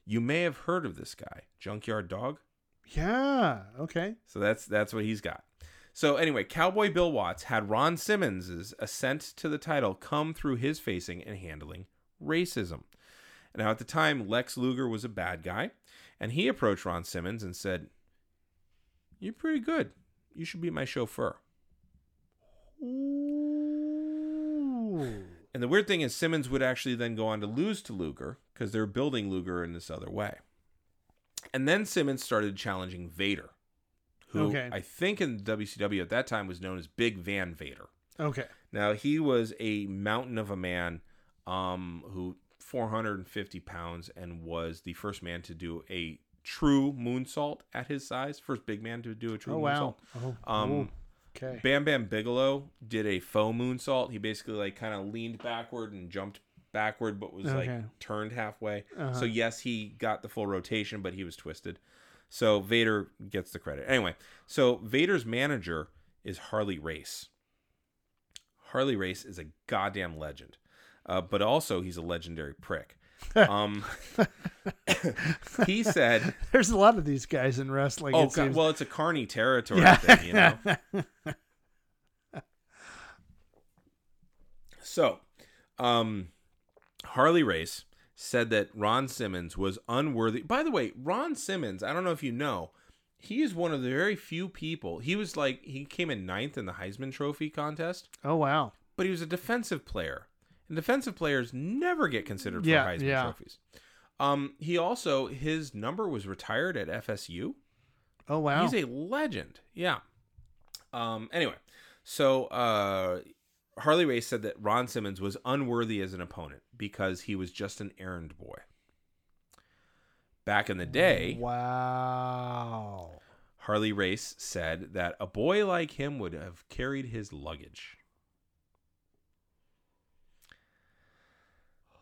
Speaker 3: You may have heard of this guy, Junkyard Dog.
Speaker 4: Yeah. Okay.
Speaker 3: So that's that's what he's got. So anyway, Cowboy Bill Watts had Ron Simmons' ascent to the title come through his facing and handling racism. Now at the time, Lex Luger was a bad guy, and he approached Ron Simmons and said, "You're pretty good. You should be my chauffeur."
Speaker 4: Ooh.
Speaker 3: And the weird thing is, Simmons would actually then go on to lose to Luger because they're building Luger in this other way. And then Simmons started challenging Vader, who
Speaker 4: Okay.
Speaker 3: I think in WCW at that time was known as Big Van Vader.
Speaker 4: Okay.
Speaker 3: Now he was a mountain of a man, um, who 450 pounds and was the first man to do a true moonsault at his size, first big man to do a true
Speaker 4: Oh
Speaker 3: moonsault.
Speaker 4: wow. Oh,
Speaker 3: Um,
Speaker 4: okay.
Speaker 3: Bam Bam Bigelow did a faux moonsault. He basically like kind of leaned backward and jumped backward, but was
Speaker 4: Okay.
Speaker 3: like turned halfway.
Speaker 4: Uh-huh.
Speaker 3: So yes, he got the full rotation, but he was twisted. So Vader gets the credit. Anyway, so Vader's manager is Harley Race. Harley Race is a goddamn legend, uh, but also he's a legendary prick. Um, he said,
Speaker 4: There's a lot of these guys in wrestling.
Speaker 3: "Oh, God,
Speaker 4: it seems.
Speaker 3: well, it's a carny territory
Speaker 4: Yeah.
Speaker 3: thing, you know." So, um, Harley Race said that Ron Simmons was unworthy. By the way, Ron Simmons, I don't know if you know, he is one of the very few people. He was like, he came in ninth in the Heisman Trophy contest,
Speaker 4: oh wow.
Speaker 3: but he was a defensive player. And defensive players never get considered for
Speaker 4: Yeah,
Speaker 3: Heisman
Speaker 4: yeah.
Speaker 3: trophies. Um, he also, his number was retired at FSU.
Speaker 4: Oh wow.
Speaker 3: He's a legend. Yeah. Um. Anyway, so uh, Harley Race said that Ron Simmons was unworthy as an opponent because he was just an errand boy. Back in the day,
Speaker 4: Wow.
Speaker 3: Harley Race said that a boy like him would have carried his luggage.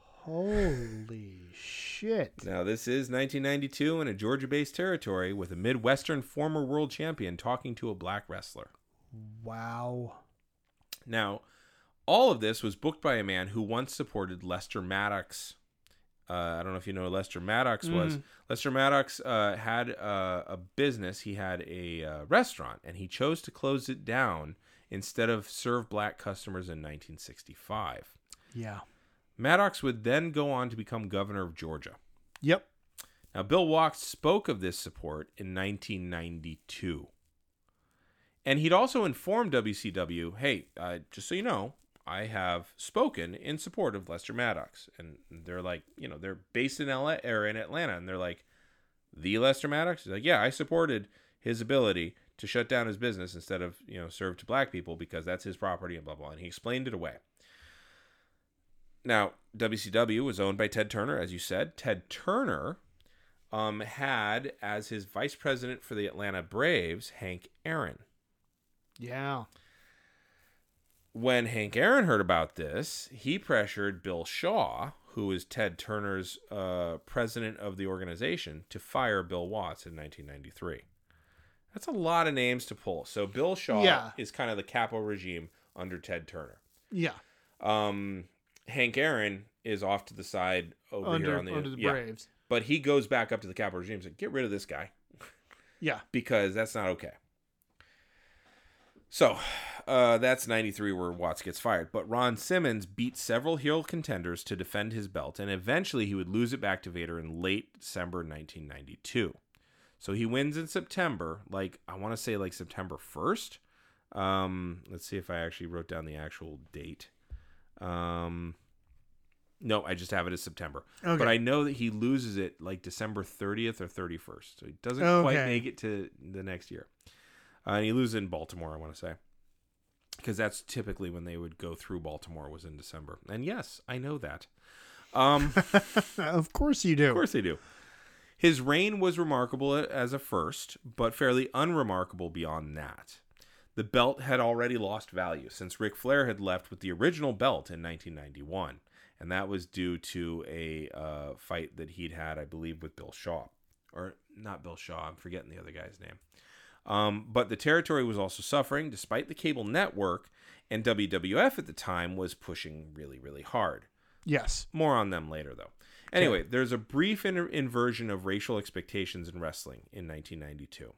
Speaker 4: Holy shit.
Speaker 3: Now, this is 1992 in a Georgia based territory with a Midwestern former world champion talking to a black wrestler.
Speaker 4: Wow.
Speaker 3: Now, all of this was booked by a man who once supported Lester Maddox. Uh, I don't know if you know who Lester Maddox was.
Speaker 4: Mhm.
Speaker 3: Lester Maddox uh, had uh, a business. He had a uh, restaurant, and he chose to close it down instead of serve black customers in 1965.
Speaker 4: Yeah.
Speaker 3: Maddox would then go on to become governor of Georgia.
Speaker 4: Yep.
Speaker 3: Now, Bill Walks spoke of this support in 1992. And he'd also informed WCW, hey, uh, just so you know, I have spoken in support of Lester Maddox. And they're like, you know, they're based in LA or in Atlanta. And they're like, the Lester Maddox? He's like, yeah, I supported his ability to shut down his business instead of, you know, serve to black people because that's his property and blah, blah. And he explained it away. Now, WCW was owned by Ted Turner, as you said. Ted Turner um, had as his vice president for the Atlanta Braves Hank Aaron.
Speaker 4: Yeah.
Speaker 3: When Hank Aaron heard about this, he pressured Bill Shaw, who was Ted Turner's uh, president of the organization, to fire Bill Watts in 1993. That's a lot of names to pull. So Bill Shaw
Speaker 4: Yeah.
Speaker 3: is kind of the capo regime under Ted Turner.
Speaker 4: Yeah.
Speaker 3: Um, Hank Aaron is off to the side over here
Speaker 4: under
Speaker 3: on the,
Speaker 4: under the
Speaker 3: yeah.
Speaker 4: Braves.
Speaker 3: but he goes back up to the capo regime and said, "Get rid of this guy."
Speaker 4: Yeah.
Speaker 3: because that's not okay. So, uh, that's 93 where Watts gets fired. But Ron Simmons beat several heel contenders to defend his belt, and eventually he would lose it back to Vader in late December 1992. So he wins in September, like I want to say like September 1st. Um, let's see if I actually wrote down the actual date. Um, no, I just have it as September.
Speaker 4: Okay.
Speaker 3: But I know that he loses it like December 30th or 31st. So he doesn't quite
Speaker 4: Okay.
Speaker 3: make it to the next year. Uh, and he loses in Baltimore, I want to say. Because that's typically when they would go through Baltimore was in December. And yes, I know that. Um,
Speaker 4: Uh, of course you do.
Speaker 3: of course they do. His reign was remarkable as a first, but fairly unremarkable beyond that. The belt had already lost value since Ric Flair had left with the original belt in 1991, and that was due to a uh, fight that he'd had, I believe, with Bill Shaw, or not Bill Shaw. I'm forgetting the other guy's name. Um, but the territory was also suffering, despite the cable network, and WWF at the time was pushing really, really hard.
Speaker 4: Yes.
Speaker 3: More on them later, though. Anyway, there's a brief in- inversion of racial expectations in wrestling in 1992.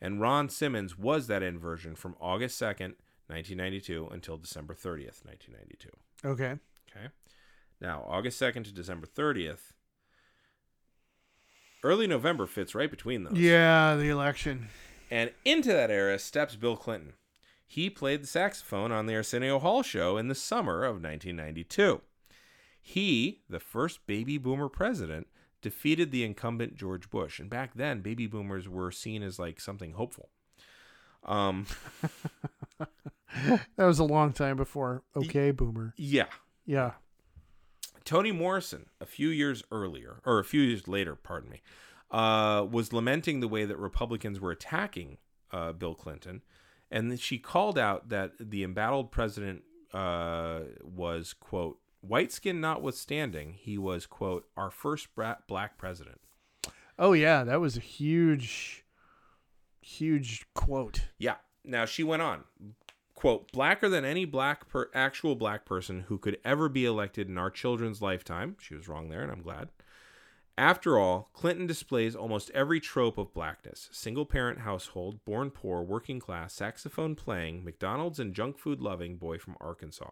Speaker 3: And Ron Simmons was that inversion from August 2nd, 1992 until December 30th, 1992.
Speaker 4: Okay.
Speaker 3: Okay. Now, August 2nd to December 30th. Early November fits right between those.
Speaker 4: Yeah, the election.
Speaker 3: And into that era steps Bill Clinton. He played the saxophone on the Arsenio Hall show in the summer of 1992. He, the first baby boomer president, defeated the incumbent George Bush. And back then, baby boomers were seen as like something hopeful. Um,
Speaker 4: That was a long time before. Okay, boomer.
Speaker 3: yeah.
Speaker 4: Yeah.
Speaker 3: Toni Morrison, a few years earlier, or a few years later, pardon me, uh, was lamenting the way that Republicans were attacking uh, Bill Clinton, and she called out that the embattled president uh, was quote White skin notwithstanding, he was, quote, our first bra- black president.
Speaker 4: Oh yeah, that was a huge, huge quote.
Speaker 3: Yeah. Now she went on, quote, blacker than any black per- actual black person who could ever be elected in our children's lifetime. She was wrong there, and I'm glad. After all, Clinton displays almost every trope of blackness single parent household, born poor, working class, saxophone playing, McDonald's and junk food loving boy from Arkansas.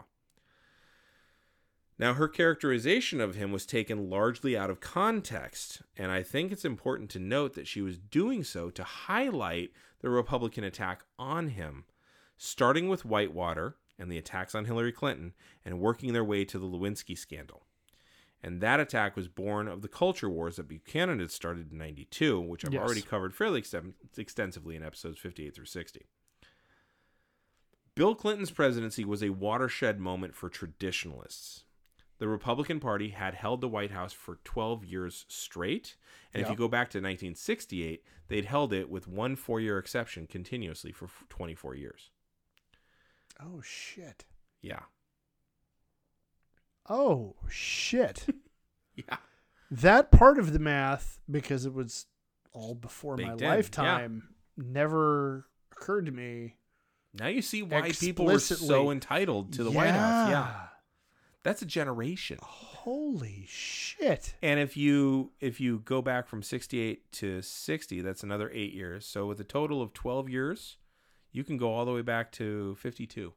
Speaker 3: Now, her characterization of him was taken largely out of context, and I think it's important to note that she was doing so to highlight the Republican attack on him, starting with Whitewater and the attacks on Hillary Clinton, and working their way to the Lewinsky scandal. And that attack was born of the culture wars that Buchanan had started in 92, which I've
Speaker 4: Yes.
Speaker 3: already covered fairly exten- extensively in episodes 58 through 60. Bill Clinton's presidency was a watershed moment for traditionalists the Republican Party had held the White House for 12 years straight. And if
Speaker 4: Yeah.
Speaker 3: you go back to 1968, they'd held it with one four year exception continuously for f- 24 years.
Speaker 4: Oh shit.
Speaker 3: Yeah.
Speaker 4: Oh shit.
Speaker 3: Yeah.
Speaker 4: that part of the math, because it was all before
Speaker 3: Baked
Speaker 4: my
Speaker 3: in, yeah.
Speaker 4: lifetime, never occurred to me.
Speaker 3: Now you see why people were so
Speaker 4: Explicitly.
Speaker 3: entitled to the White House. Yeah. That's a generation.
Speaker 4: Holy shit.
Speaker 3: And if you if you go back from 68 to 60, that's another 8 years. So with a total of 12 years, you can go all the way back to 52.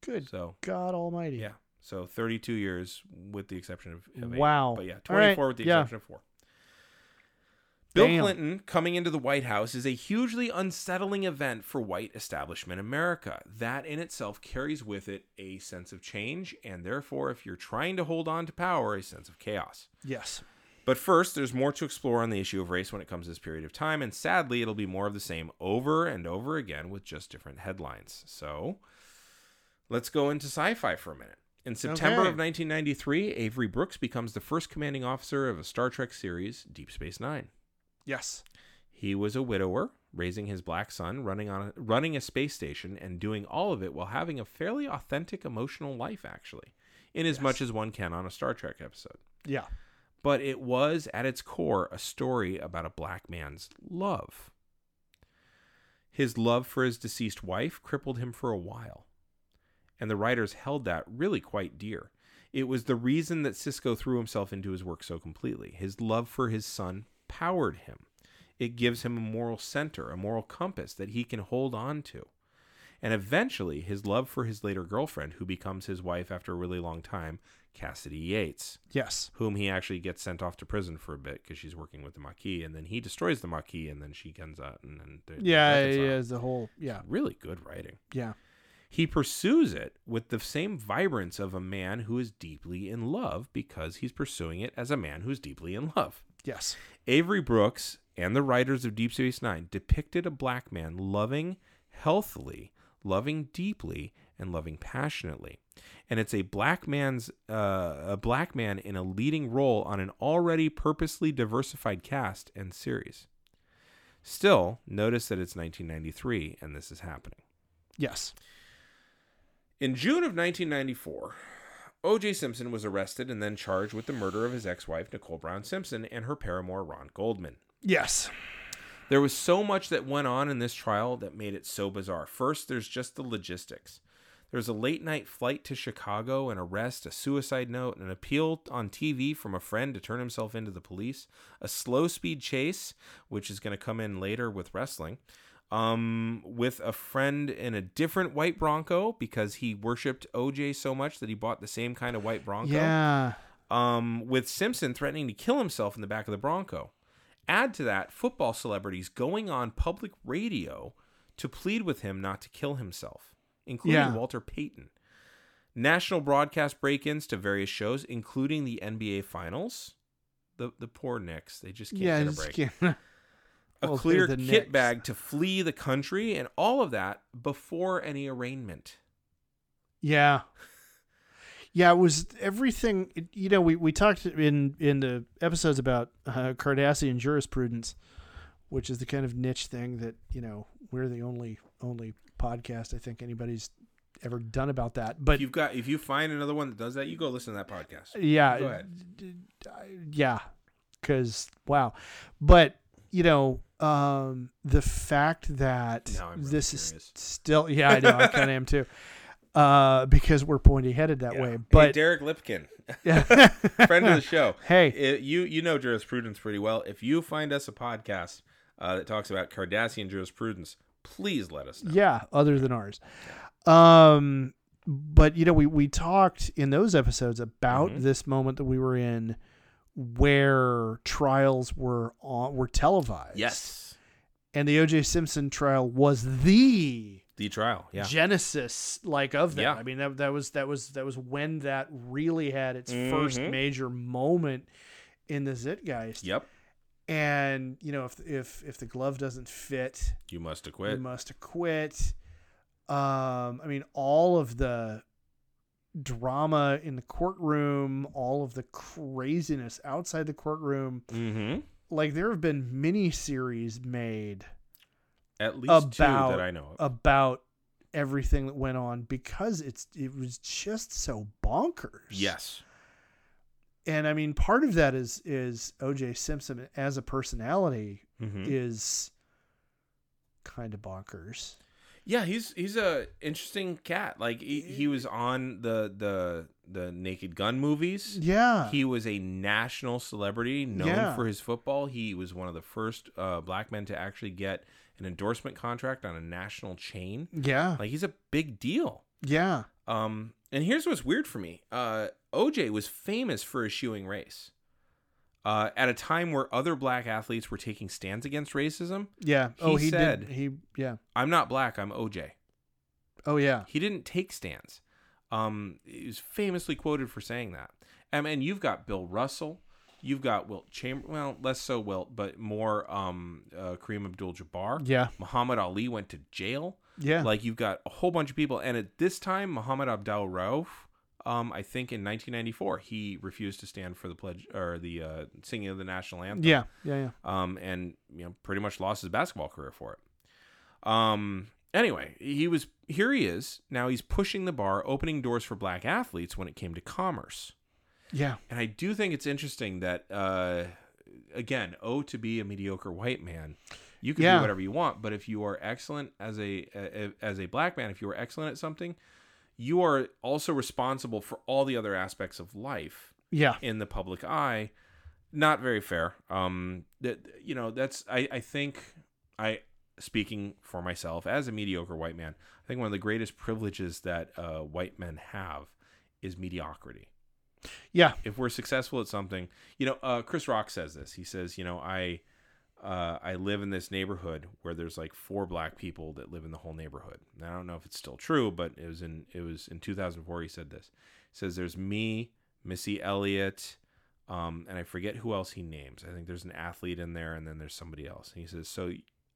Speaker 4: Good
Speaker 3: So,
Speaker 4: God Almighty.
Speaker 3: yeah. So 32 years with the exception of, of eight.
Speaker 4: Wow.
Speaker 3: But yeah,
Speaker 4: All right,
Speaker 3: 24 with the
Speaker 4: yeah.
Speaker 3: exception of 4. Bill
Speaker 4: Damn.
Speaker 3: Clinton coming into the White House is a hugely unsettling event for white establishment America. That in itself carries with it a sense of change, and therefore, if you're trying to hold on to power, a sense of chaos.
Speaker 4: Yes.
Speaker 3: But first, there's more to explore on the issue of race when it comes to this period of time, and sadly, it'll be more of the same over and over again with just different headlines. So let's go into sci fi for a minute. In September
Speaker 4: Okay.
Speaker 3: of 1993, Avery Brooks becomes the first commanding officer of a Star Trek series, Deep Space Nine.
Speaker 4: Yes.
Speaker 3: He was a widower, raising his black son, running on a, running a space station, and doing all of it while having a fairly authentic emotional life, actually, in as much as one can on a Star Trek episode
Speaker 4: Yeah.
Speaker 3: but it was at its core a story about a black man's love. His love for his deceased wife crippled him for a while, and the writers held that really quite dear. It was the reason that Cisco threw himself into his work so completely. His love for his son powered him. It gives him a moral center, a moral compass that he can hold on to. And eventually, his love for his later girlfriend, who becomes his wife after a really long time, Cassidy Yates
Speaker 4: Yes.
Speaker 3: whom he actually gets sent off to prison for a bit because she's working with the Maquis, and then he destroys the Maquis, and then she comes out, and then they- they
Speaker 4: Yeah.
Speaker 3: reconcile.
Speaker 4: Yeah. The whole. Yeah.
Speaker 3: Really good writing.
Speaker 4: Yeah.
Speaker 3: He pursues it with the same vibrance of a man who is deeply in love because he's pursuing it as a man who's deeply in love.
Speaker 4: Yes.
Speaker 3: Avery Brooks and the writers of Deep Space Nine depicted a black man loving healthily, loving deeply, and loving passionately. And it's a black man's uh, a black man in a leading role on an already purposely diversified cast and series. Still, notice that it's 1993 and this is happening.
Speaker 4: Yes.
Speaker 3: In June of 1994, O.J. Simpson was arrested and then charged with the murder of his ex-wife Nicole Brown Simpson and her paramour Ron Goldman.
Speaker 4: Yes.
Speaker 3: There was so much that went on in this trial that made it so bizarre. First, there's just the logistics. There's a late night flight to Chicago, an arrest, a suicide note, an appeal on TV from a friend to turn himself into the police, a slow speed chase, which is going to come in later with wrestling, um, with a friend in a different white Bronco because he worshipped OJ so much that he bought the same kind of white Bronco
Speaker 4: Yeah.
Speaker 3: um, with Simpson threatening to kill himself in the back of the Bronco. Add to that football celebrities going on public radio to plead with him not to kill himself, including
Speaker 4: Yeah.
Speaker 3: Walter Payton. National broadcast break ins to various shows, including the NBA Finals. The, the poor Knicks, they just can't
Speaker 4: yeah.
Speaker 3: get a
Speaker 4: it's-
Speaker 3: break
Speaker 4: can't-
Speaker 3: a
Speaker 4: Well,
Speaker 3: clear
Speaker 4: they're
Speaker 3: kit
Speaker 4: the Knicks.
Speaker 3: bag to flee the country and all of that before any arraignment.
Speaker 4: Yeah. Yeah, it was everything. it- You know, we, we talked in in the episodes about uh, Cardassian jurisprudence, which is the kind of niche thing that you know we're the only only podcast I think anybody's ever done about that. But
Speaker 3: You've got if you find another one that does that, you go listen to that podcast.
Speaker 4: yeah,
Speaker 3: Go ahead.
Speaker 4: d- d- I- yeah, because wow. But you know, um, the fact that
Speaker 3: Now I'm really
Speaker 4: this is
Speaker 3: curious.
Speaker 4: still yeah, I know I kind of am too, uh, because we're pointy headed that way.
Speaker 3: hey,
Speaker 4: But
Speaker 3: Derek Lipkin,
Speaker 4: yeah.
Speaker 3: friend of the show.
Speaker 4: Hey.
Speaker 3: I- you you know jurisprudence pretty well. If you find us a podcast uh, that talks about Cardassian jurisprudence, please let us know.
Speaker 4: Yeah, other than ours. Um, but you know, we we talked in those episodes about
Speaker 3: Mhm.
Speaker 4: this moment that we were in where trials were on were televised.
Speaker 3: Yes.
Speaker 4: And the O.J. Simpson trial was the
Speaker 3: The trial. Yeah.
Speaker 4: genesis like of that.
Speaker 3: Yeah.
Speaker 4: I mean that that was that was that was when that really had its first
Speaker 3: Mhm.
Speaker 4: major moment in the Zitgeist.
Speaker 3: Yep.
Speaker 4: And you know, if if if the glove doesn't fit,
Speaker 3: You must acquit.
Speaker 4: you must acquit. Um, I mean, all of the drama in the courtroom, all of the craziness outside the courtroom.
Speaker 3: Mm-hmm.
Speaker 4: Like there have been mini series made
Speaker 3: At least
Speaker 4: About-
Speaker 3: two that I know of.
Speaker 4: about everything that went on because it's it was just so bonkers.
Speaker 3: yes.
Speaker 4: And I mean, part of that is is OJ Simpson as a personality
Speaker 3: Mm-hmm.
Speaker 4: is kind of bonkers.
Speaker 3: Yeah, he's he's a interesting cat. Like he, he was on the the the Naked Gun movies.
Speaker 4: Yeah.
Speaker 3: He was a national celebrity known
Speaker 4: Yeah.
Speaker 3: for his football. He was one of the first uh, black men to actually get an endorsement contract on a national chain.
Speaker 4: yeah.
Speaker 3: Like he's a big deal.
Speaker 4: yeah.
Speaker 3: Um, and here's what's weird for me. Uh, OJ was famous for eschewing race. Uh, at a time where other black athletes were taking stands against racism,
Speaker 4: Yeah.
Speaker 3: He
Speaker 4: oh, he
Speaker 3: said-
Speaker 4: did. He yeah.
Speaker 3: I'm not black, I'm OJ.
Speaker 4: Oh yeah.
Speaker 3: He didn't take stands. Um, he was famously quoted for saying that. Um, and you've got Bill Russell, you've got Wilt Chamber, well, less so Wilt, but more um, uh, Kareem Abdul-Jabbar.
Speaker 4: Yeah.
Speaker 3: Muhammad Ali went to jail.
Speaker 4: Yeah.
Speaker 3: Like you've got a whole bunch of people, and at this time, Muhammad Abdul Rauf, um, I think in 1994, he refused to stand for the pledge or the uh, singing of the national anthem.
Speaker 4: yeah. Yeah. Yeah.
Speaker 3: Um, and you know, pretty much lost his basketball career for it. Um. Anyway, he was here. He is now. He's pushing the bar, opening doors for black athletes when it came to commerce.
Speaker 4: Yeah.
Speaker 3: And I do think it's interesting that, uh, again, oh, to be a mediocre white man, you can
Speaker 4: Yeah.
Speaker 3: do whatever you want. But if you are excellent as a, a as a black man, if you are excellent at something, you are also responsible for all the other aspects of life
Speaker 4: Yeah.
Speaker 3: in the public eye. Not very fair. Um, that you know, that's I I think I speaking for myself as a mediocre white man, I think one of the greatest privileges that uh, white men have is mediocrity
Speaker 4: Yeah.
Speaker 3: if we're successful at something, you know, uh, Chris Rock says this. He says, you know, I uh, I live in this neighborhood where there's like four black people that live in the whole neighborhood. And I don't know if it's still true, but it was in it was in 2004. He said this. He says there's me, Missy Elliott, um, and I forget who else he names. I think there's an athlete in there, and then there's somebody else. And he says, so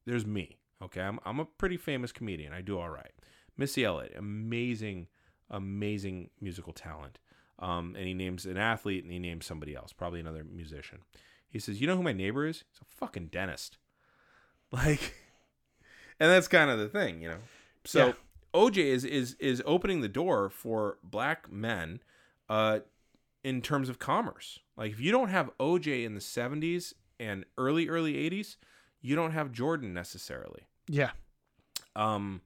Speaker 3: there's me. Okay, I'm I'm a pretty famous comedian. I do all right. Missy Elliott, amazing, amazing musical talent. Um, and he names an athlete and he names somebody else, probably another musician. He says, You know who my neighbor is? He's a fucking dentist. Like, and that's kind of the thing, you know? So
Speaker 4: Yeah.
Speaker 3: OJ is, is, is opening the door for black men uh, in terms of commerce. Like, if you don't have OJ in the 70s and early, early 80s, you don't have Jordan necessarily.
Speaker 4: Yeah.
Speaker 3: Um,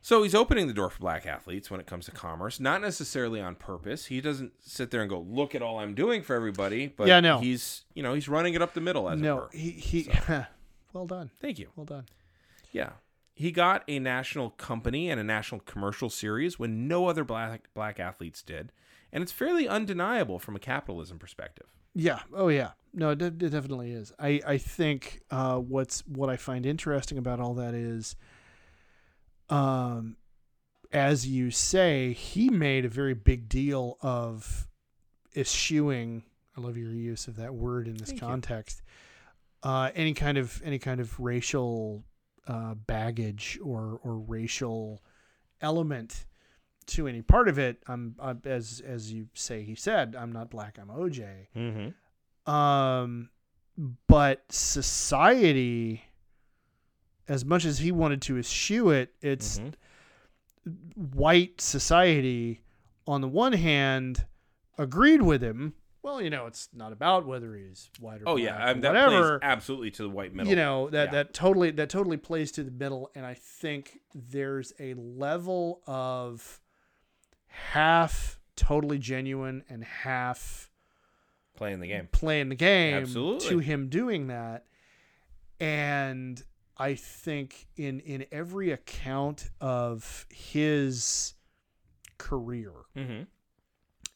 Speaker 3: so he's opening the door for black athletes when it comes to commerce, not necessarily on purpose. He doesn't sit there and go, "Look at all I'm doing for everybody." But
Speaker 4: Yeah, no.
Speaker 3: he's you know he's running it up the middle as it
Speaker 4: No.
Speaker 3: were.
Speaker 4: He he. well done.
Speaker 3: Thank you.
Speaker 4: Well done.
Speaker 3: Yeah, he got a national company and a national commercial series when no other black black athletes did, and it's fairly undeniable from a capitalism perspective.
Speaker 4: Yeah. Oh yeah. No, it, de- it definitely is. I I think uh, what's what I find interesting about all that is, um, as you say, he made a very big deal of eschewing. I love your use of that word in this
Speaker 3: Thank you.
Speaker 4: context. Uh, any kind of any kind of racial uh, baggage or or racial element to any part of it. I'm, I'm as as you say he said, I'm not black. I'm OJ
Speaker 3: Mm-hmm.
Speaker 4: um but society as much as he wanted to eschew it it's
Speaker 3: Mhm.
Speaker 4: white society on the one hand agreed with him. Well, you know, it's not about whether he's white or
Speaker 3: Oh
Speaker 4: black
Speaker 3: yeah,
Speaker 4: or
Speaker 3: um, that
Speaker 4: whatever.
Speaker 3: plays absolutely to the white middle.
Speaker 4: You know that
Speaker 3: Yeah.
Speaker 4: that totally that totally plays to the middle, and I think there's a level of half totally genuine and half
Speaker 3: playing the game.
Speaker 4: playing the game
Speaker 3: Absolutely.
Speaker 4: to him doing that. And I think in in every account of his career
Speaker 3: Mm-hmm.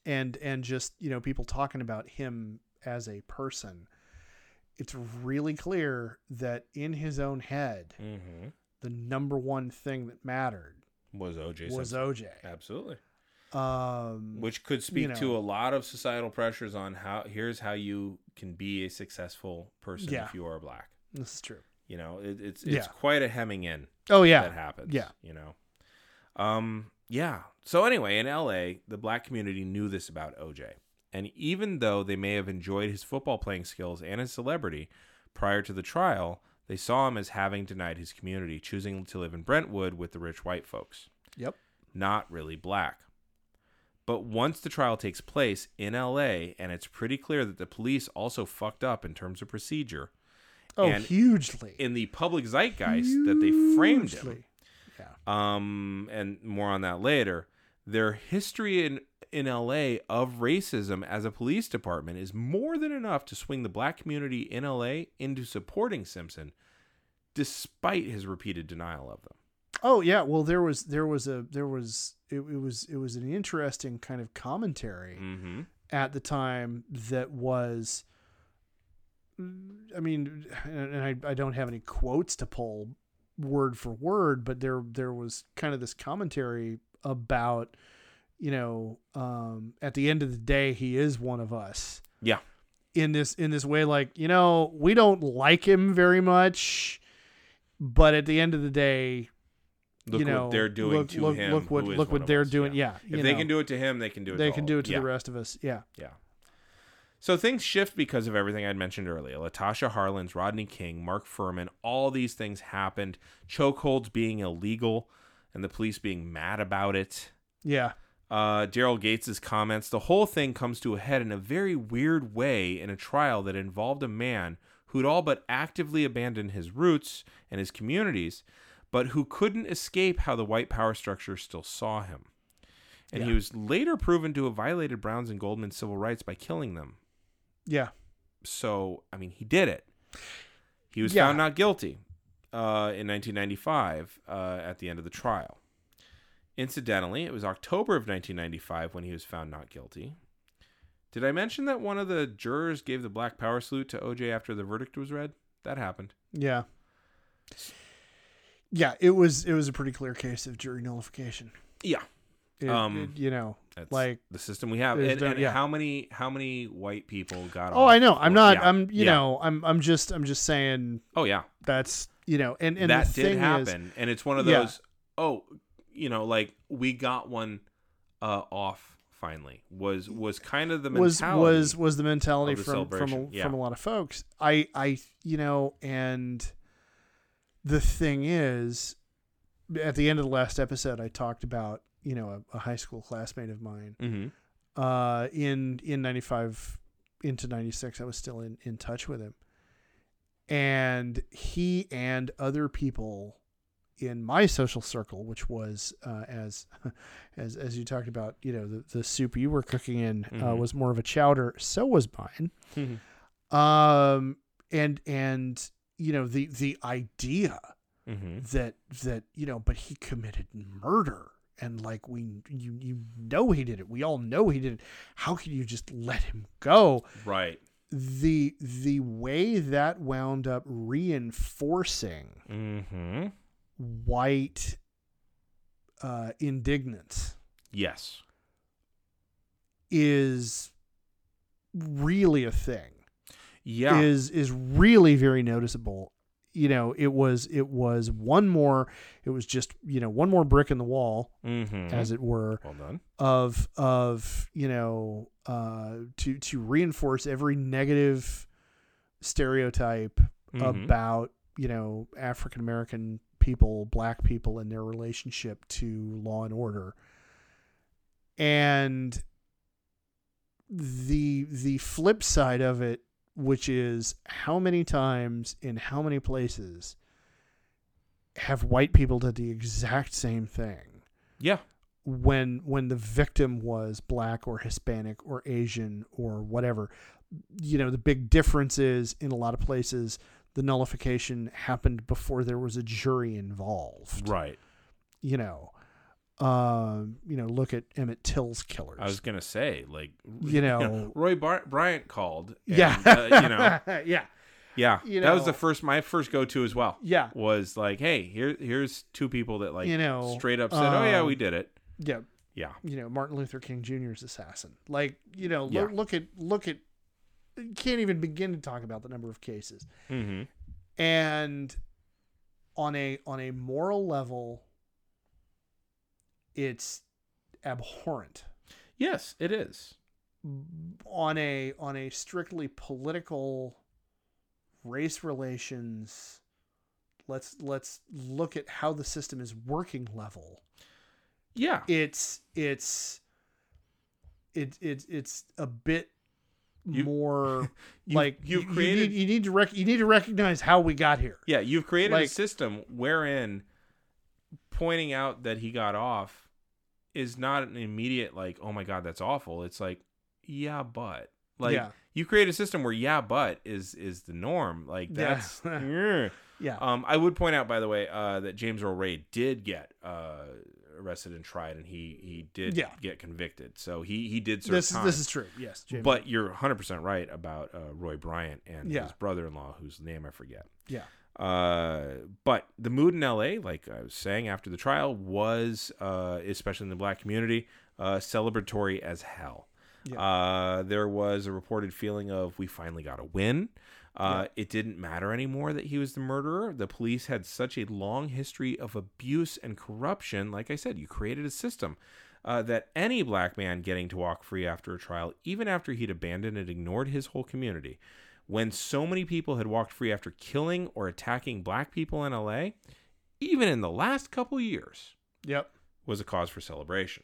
Speaker 4: and and just, you know, people talking about him as a person, it's really clear that in his own head,
Speaker 3: Mm-hmm.
Speaker 4: the number one thing that mattered
Speaker 3: Was OJ
Speaker 4: was
Speaker 3: Simpson.
Speaker 4: OJ.
Speaker 3: absolutely,
Speaker 4: Um
Speaker 3: which could speak to
Speaker 4: know.
Speaker 3: a lot of societal pressures on how here's how you can be a successful person
Speaker 4: Yeah.
Speaker 3: if you are black.
Speaker 4: this is true.
Speaker 3: You know, it, it's it's
Speaker 4: Yeah.
Speaker 3: quite a hemming in
Speaker 4: Oh
Speaker 3: that
Speaker 4: yeah.
Speaker 3: happens.
Speaker 4: Yeah.
Speaker 3: you know, um, yeah. So anyway, in LA, the black community knew this about OJ, and even though they may have enjoyed his football playing skills and his celebrity prior to the trial. They saw him as having denied his community, choosing to live in Brentwood with the rich white folks
Speaker 4: Yep.
Speaker 3: not really black. But once the trial takes place in LA, and it's pretty clear that the police also fucked up in terms of procedure,
Speaker 4: Oh,
Speaker 3: And
Speaker 4: hugely.
Speaker 3: in the public zeitgeist that they framed him,
Speaker 4: Hugely. Yeah.
Speaker 3: um, and more on that later, their history in, in LA of racism as a police department is more than enough to swing the black community in LA into supporting Simpson, despite his repeated denial of them.
Speaker 4: Oh yeah, well there was there was a there was it, it was it was an interesting kind of commentary
Speaker 3: Mm-hmm.
Speaker 4: at the time that was I mean and and I, I don't have any quotes to pull word for word, but there there was kind of this commentary about you know um at the end of the day he is one of us
Speaker 3: Yeah.
Speaker 4: in this in this way like you know we don't like him very much but at the end of the day
Speaker 3: Look
Speaker 4: you know,
Speaker 3: what they're doing
Speaker 4: look,
Speaker 3: to
Speaker 4: look,
Speaker 3: him.
Speaker 4: Look what
Speaker 3: who is
Speaker 4: look
Speaker 3: one
Speaker 4: what
Speaker 3: of
Speaker 4: they're
Speaker 3: us.
Speaker 4: doing.
Speaker 3: Yeah.
Speaker 4: Yeah,
Speaker 3: If they can do it to him, they can do it.
Speaker 4: they
Speaker 3: to
Speaker 4: can
Speaker 3: all
Speaker 4: do
Speaker 3: of
Speaker 4: it to
Speaker 3: them.
Speaker 4: the rest of us. Yeah,
Speaker 3: Yeah. yeah. So things shift because of everything I'd mentioned earlier. Latasha Harlins, Rodney King, Mark Furman, all these things happened. Chokeholds being illegal, and the police being mad about it.
Speaker 4: yeah,
Speaker 3: Uh, Daryl Gates' comments. The whole thing comes to a head in a very weird way in a trial that involved a man who'd all but actively abandoned his roots and his communities, but who couldn't escape how the white power structure still saw him. And he
Speaker 4: Yeah.
Speaker 3: was later proven to have violated Brown's and Goldman's civil rights by killing them.
Speaker 4: yeah.
Speaker 3: So, I mean, he did it. He was
Speaker 4: Yeah.
Speaker 3: found not guilty uh, in 1995 uh, at the end of the trial. Incidentally, it was October of 1995 when he was found not guilty. Did I mention that one of the jurors gave the Black Power salute to OJ after the verdict was read? That happened.
Speaker 4: Yeah. Yeah, it was it was a pretty clear case of jury nullification.
Speaker 3: Yeah,
Speaker 4: It-
Speaker 3: Um,
Speaker 4: it- you know,
Speaker 3: that's
Speaker 4: like
Speaker 3: the system we have.
Speaker 4: it was
Speaker 3: And,
Speaker 4: done-
Speaker 3: and
Speaker 4: yeah.
Speaker 3: how many how many white people got?
Speaker 4: oh,
Speaker 3: off
Speaker 4: I know. I'm
Speaker 3: for-
Speaker 4: not.
Speaker 3: yeah,
Speaker 4: I'm you
Speaker 3: yeah.
Speaker 4: know. I'm I'm just I'm just saying
Speaker 3: Oh yeah,
Speaker 4: that's you know. And and
Speaker 3: that
Speaker 4: the
Speaker 3: did
Speaker 4: thing is,
Speaker 3: happen and it's one of
Speaker 4: Yeah.
Speaker 3: those oh you know like we got one uh off finally was was kind of the
Speaker 4: was
Speaker 3: mentality
Speaker 4: was was the mentality
Speaker 3: of the
Speaker 4: from from a,
Speaker 3: celebration, yeah.
Speaker 4: from a lot of folks. I I you know, and the thing is, at the end of the last episode, I talked about you know a, a high school classmate of mine
Speaker 3: Mhm.
Speaker 4: uh, in in '95 into '96. I was still in in touch with him, and he and other people in my social circle, which was uh, as as as you talked about, you know, the, the soup you were cooking in uh,
Speaker 3: Mhm.
Speaker 4: was more of a chowder. So was mine. Um, and and you know the the idea
Speaker 3: Mhm.
Speaker 4: that that you know but he committed murder and like we you you know he did it we all know he did it how can you just let him go
Speaker 3: right
Speaker 4: the the way that wound up reinforcing
Speaker 3: mm-hmm.
Speaker 4: white uh indignance
Speaker 3: yes
Speaker 4: is really a thing
Speaker 3: yeah
Speaker 4: is is really very noticeable. You know, it was it was one more it was just, you know, one more brick in the wall
Speaker 3: mm-hmm.
Speaker 4: as it were
Speaker 3: well done
Speaker 4: of of, you know, uh to to reinforce every negative stereotype
Speaker 3: Mhm.
Speaker 4: about, you know, African American people, black people, and their relationship to law and order. And the the flip side of it, which is how many times in how many places have white people done the exact same thing
Speaker 3: Yeah.
Speaker 4: when when the victim was black or Hispanic or Asian or whatever. You know, the big difference is in a lot of places the nullification happened before there was a jury involved.
Speaker 3: Right.
Speaker 4: You know, um, you know, look at Emmett Till's killers.
Speaker 3: I was gonna say like
Speaker 4: you know,
Speaker 3: Roy Bar- Bryant called. and,
Speaker 4: yeah,
Speaker 3: uh, you know.
Speaker 4: yeah,
Speaker 3: Yeah.
Speaker 4: You
Speaker 3: that was the
Speaker 4: know.
Speaker 3: first my first go to as well.
Speaker 4: Yeah.
Speaker 3: Was like, hey, here here's two people that like
Speaker 4: You know,
Speaker 3: straight up said, Oh yeah,
Speaker 4: um,
Speaker 3: we did it.
Speaker 4: yeah.
Speaker 3: Yeah.
Speaker 4: you know Martin Luther King Jr.'s assassin. Like you know,
Speaker 3: Yeah.
Speaker 4: lo- look at look at you can't even begin to talk about the number of cases.
Speaker 3: Mm-hmm.
Speaker 4: And on a on a moral level, it's abhorrent.
Speaker 3: Yes, it is.
Speaker 4: On a on a strictly political race relations, let's let's look at how the system is working level.
Speaker 3: Yeah.
Speaker 4: it's it's it's it's it's a bit
Speaker 3: You-
Speaker 4: more
Speaker 3: you-
Speaker 4: like
Speaker 3: you've
Speaker 4: you- you
Speaker 3: created-
Speaker 4: need- e- you need to rec- you need to recognize how we got here
Speaker 3: Yeah, you've created a
Speaker 4: Like-
Speaker 3: system wherein pointing out that he got off is not an immediate like, oh my god, that's awful. It's like, yeah, but like
Speaker 4: Yeah.
Speaker 3: you create a system where yeah, but is is the norm. Like
Speaker 4: Yeah.
Speaker 3: that's Yeah.
Speaker 4: yeah
Speaker 3: Um, I would point out, by the way, uh, that James Earl Ray did get uh, arrested and tried, and he he did
Speaker 4: Yeah.
Speaker 3: get convicted. So he he did serve
Speaker 4: this is
Speaker 3: time.
Speaker 4: this is true yes Jamie.
Speaker 3: but you're 100 percent right about uh, Roy Bryant and
Speaker 4: Yeah.
Speaker 3: his brother-in-law, whose name I forget.
Speaker 4: yeah
Speaker 3: Uh, but the mood in L.A., like I was saying after the trial, was uh, especially in the black community, uh, celebratory as hell.
Speaker 4: Yeah.
Speaker 3: Uh, there was a reported feeling of we finally got a win. Uh, It didn't matter anymore that he was the murderer. The police had such a long history of abuse and corruption. Like I said, you created a system uh, that any black man getting to walk free after a trial, even after he'd abandoned and ignored his whole community, when so many people had walked free after killing or attacking black people in LA, even in the last couple years,
Speaker 4: yep
Speaker 3: was a cause for celebration.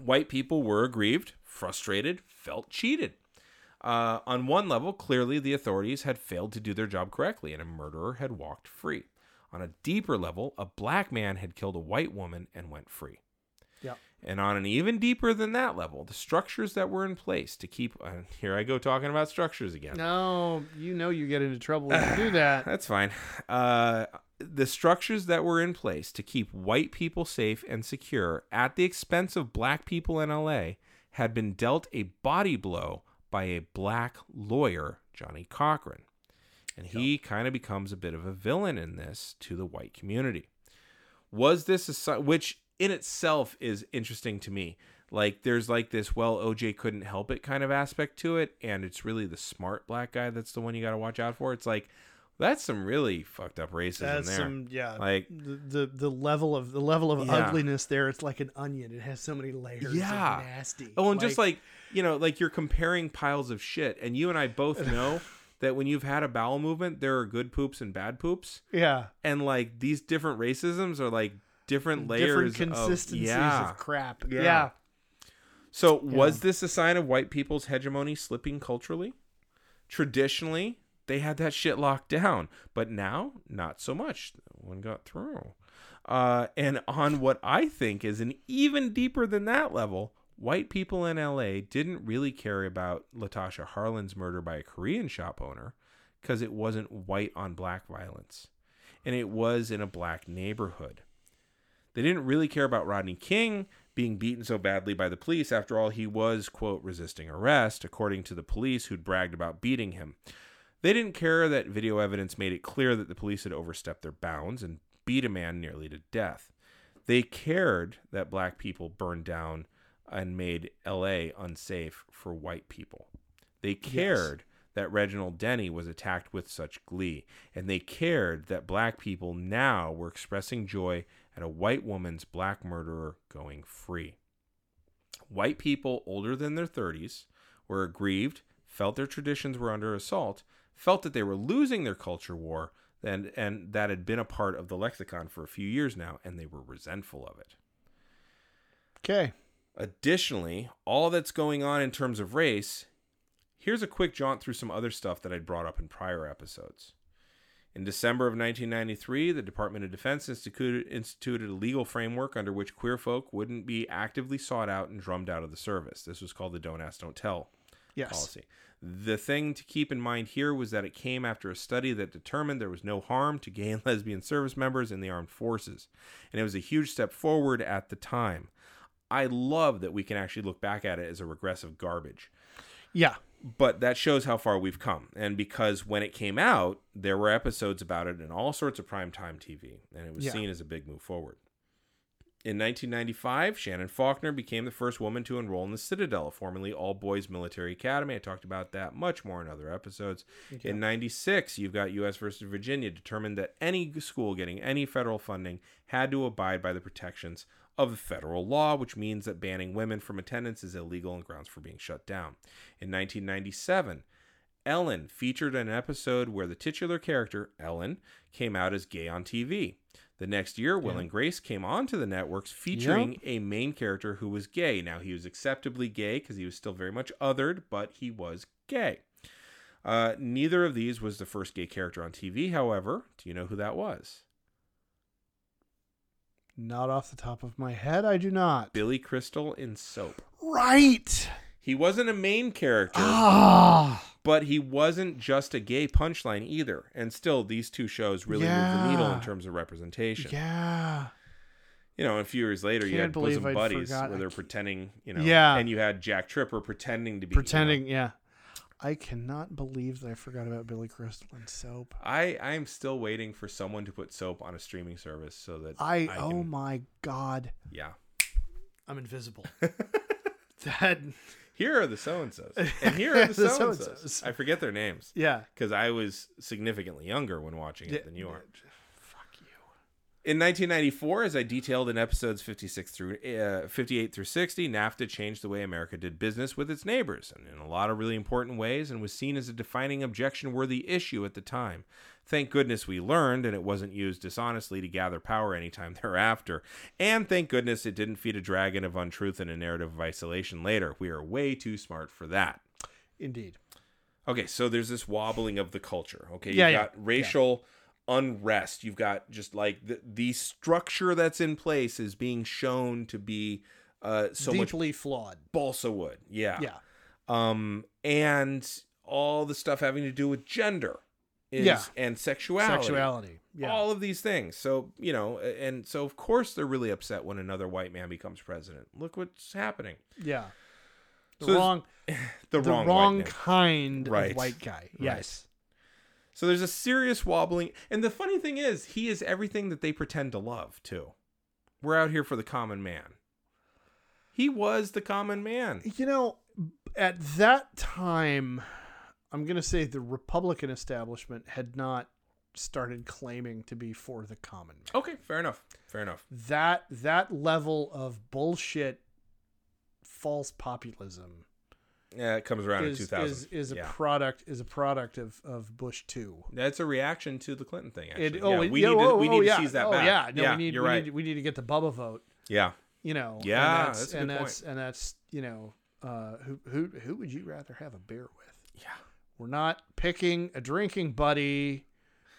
Speaker 3: White people were aggrieved, frustrated, felt cheated. Uh, on one level, clearly the authorities had failed to do their job correctly and a murderer had walked free. On a deeper level, a black man had killed a white woman and went free.
Speaker 4: Yep.
Speaker 3: And on an even deeper than that level, the structures that were in place to keep. Uh, here I go talking about structures again.
Speaker 4: no you know you get into trouble when you do that
Speaker 3: That's fine. Uh, the structures that were in place to keep white people safe and secure at the expense of black people in LA had been dealt a body blow by a black lawyer, Johnny Cochran. And he kind of becomes a bit of a villain in this to the white community. Was this a si- which in itself is interesting to me? Like there's like this well OJ couldn't help it kind of aspect to it, and it's really the smart black guy that's the one you got to watch out for. It's like that's some really fucked up racism there.
Speaker 4: yeah
Speaker 3: Like-
Speaker 4: the, the the level of the level of
Speaker 3: Yeah.
Speaker 4: ugliness there it's like an onion it has so many layers
Speaker 3: Yeah.
Speaker 4: of nasty
Speaker 3: Oh, and just like you know, like you're comparing piles of shit, and you and I both know that when you've had a bowel movement, there are good poops and bad poops,
Speaker 4: yeah
Speaker 3: and like these different racisms are like different layers,
Speaker 4: different consistencies
Speaker 3: Of, oh,
Speaker 4: of,
Speaker 3: yeah.
Speaker 4: crap
Speaker 3: Yeah.
Speaker 4: yeah.
Speaker 3: So was this a sign of white people's hegemony slipping culturally? Traditionally, they had that shit locked down, but now not so much. One got through. Uh, and on what I think is an even deeper than that level, white people in LA didn't really care about Latasha Harlan's murder by a Korean shop owner because it wasn't white on black violence and it was in a black neighborhood. They didn't really care about Rodney King being beaten so badly by the police. After all, he was, quote, resisting arrest, according to the police who'd bragged about beating him. They didn't care that video evidence made it clear that the police had overstepped their bounds and beat a man nearly to death. They cared that black people burned down and made LA unsafe for white people. They cared that Reginald Denny was attacked with such glee, and they cared that black people now were expressing joy at a white woman's black murderer going free. White people older than their 30s were aggrieved, felt their traditions were under assault, felt that they were losing their culture war, and and that had been a part of the lexicon for a few years now, and they were resentful of it.
Speaker 4: Okay.
Speaker 3: Additionally, all that's going on in terms of race, here's a quick jaunt through some other stuff that I'd brought up in prior episodes. In December of 1993, the Department of Defense instituted, instituted a legal framework under which queer folk wouldn't be actively sought out and drummed out of the service. This was called the Don't Ask, Don't Tell
Speaker 4: Yes.
Speaker 3: policy. The thing to keep in mind here was that it came after a study that determined there was no harm to gay and lesbian service members in the armed forces. And it was a huge step forward at the time. I love that we can actually look back at it as a regressive garbage.
Speaker 4: Yeah.
Speaker 3: But that shows how far we've come. And because when it came out, there were episodes about it in all sorts of primetime TV, and it was
Speaker 4: Yeah.
Speaker 3: seen as a big move forward. In 1995, Shannon Faulkner became the first woman to enroll in the Citadel, formerly All Boys Military Academy. I talked about that much more in other episodes. In 96, you've got U.S. versus Virginia, determined that any school getting any federal funding had to abide by the protections of the federal law, which means that banning women from attendance is illegal and grounds for being shut down. In 1997, Ellen featured an episode where the titular character, Ellen, came out as gay on TV. The next year, Will and Grace came onto the networks featuring a main character who was gay. Now, he was acceptably gay because he was still very much othered, but he was gay. Uh, neither of these was the first gay character on TV, however. Do you know who that was?
Speaker 4: Not off the top of my head, I do not.
Speaker 3: Billy Crystal in Soap.
Speaker 4: Right.
Speaker 3: He wasn't a main character.
Speaker 4: Ah.
Speaker 3: but he wasn't just a gay punchline either. And still, these two shows really moved the needle in
Speaker 4: Yeah.
Speaker 3: terms of representation.
Speaker 4: Yeah.
Speaker 3: You know, and a few years later, you
Speaker 4: Can't
Speaker 3: had Bosom
Speaker 4: believe I'd
Speaker 3: Buddies
Speaker 4: forgot-
Speaker 3: where
Speaker 4: I
Speaker 3: they're
Speaker 4: ca-
Speaker 3: pretending, you know,
Speaker 4: Yeah.
Speaker 3: and you had Jack Tripper pretending to be you know.
Speaker 4: Pretending. Yeah. I cannot believe that I forgot about Billy Crystal and soap.
Speaker 3: I I am still waiting for someone to put soap on a streaming service so that
Speaker 4: I, oh
Speaker 3: can-
Speaker 4: my god.
Speaker 3: yeah.
Speaker 4: I'm invisible. that
Speaker 3: Here are the so and so's, and here are the
Speaker 4: The
Speaker 3: so and
Speaker 4: so-and-sos.
Speaker 3: so's. I forget their names
Speaker 4: yeah.
Speaker 3: because I was significantly younger when watching it than you are.
Speaker 4: Fuck you.
Speaker 3: In 1994, as I detailed in episodes 56 through uh, 58 through 60, NAFTA changed the way America did business with its neighbors, and in a lot of really important ways, and was seen as a defining objection-worthy issue at the time. Thank goodness we learned, and it wasn't used dishonestly to gather power anytime thereafter. And thank goodness it didn't feed a dragon of untruth and a narrative of isolation later. We are way too smart for that.
Speaker 4: Indeed.
Speaker 3: Okay, so there's this wobbling of the culture. Okay, you've
Speaker 4: Yeah, yeah,
Speaker 3: got racial unrest. You've got just like the, the structure that's in place is being shown to be uh, so much
Speaker 4: Deeply flawed.
Speaker 3: balsa wood. Yeah.
Speaker 4: Yeah.
Speaker 3: Um, and all the stuff having to do with gender is,
Speaker 4: Yeah.
Speaker 3: and sexuality.
Speaker 4: Sexuality. Yeah.
Speaker 3: All of these things. So, you know, and so of course they're really upset when another white man becomes president. Look what's happening.
Speaker 4: yeah. The
Speaker 3: So there's
Speaker 4: wrong
Speaker 3: The,
Speaker 4: the
Speaker 3: wrong,
Speaker 4: wrong,
Speaker 3: white man.
Speaker 4: kind
Speaker 3: Right.
Speaker 4: of white guy. Yes.
Speaker 3: So there's a serious wobbling. And the funny thing is, he is everything that they pretend to love, too. We're out here for the common man. He was the common man.
Speaker 4: You know, at that time, I'm going to say the Republican establishment had not started claiming to be for the common man.
Speaker 3: Okay, fair enough. Fair enough.
Speaker 4: That that level of bullshit false populism
Speaker 3: Yeah, it comes around
Speaker 4: is,
Speaker 3: in 2000.
Speaker 4: is is a
Speaker 3: yeah.
Speaker 4: product is a product of of Bush 2.
Speaker 3: That's a reaction to the Clinton thing, actually.
Speaker 4: It, oh,
Speaker 3: yeah,
Speaker 4: it-
Speaker 3: we
Speaker 4: yeah,
Speaker 3: need to,
Speaker 4: oh,
Speaker 3: we need
Speaker 4: oh,
Speaker 3: to
Speaker 4: yeah.
Speaker 3: seize that
Speaker 4: oh,
Speaker 3: back.
Speaker 4: Yeah, no, we need,
Speaker 3: you're
Speaker 4: we,
Speaker 3: right.
Speaker 4: need, we need to get the Bubba vote.
Speaker 3: yeah.
Speaker 4: You know, and
Speaker 3: Yeah,
Speaker 4: that's,
Speaker 3: that's a
Speaker 4: and
Speaker 3: good
Speaker 4: that's and that's you know, uh, who who who would you rather have a beer with?
Speaker 3: Yeah.
Speaker 4: We're not picking a drinking buddy.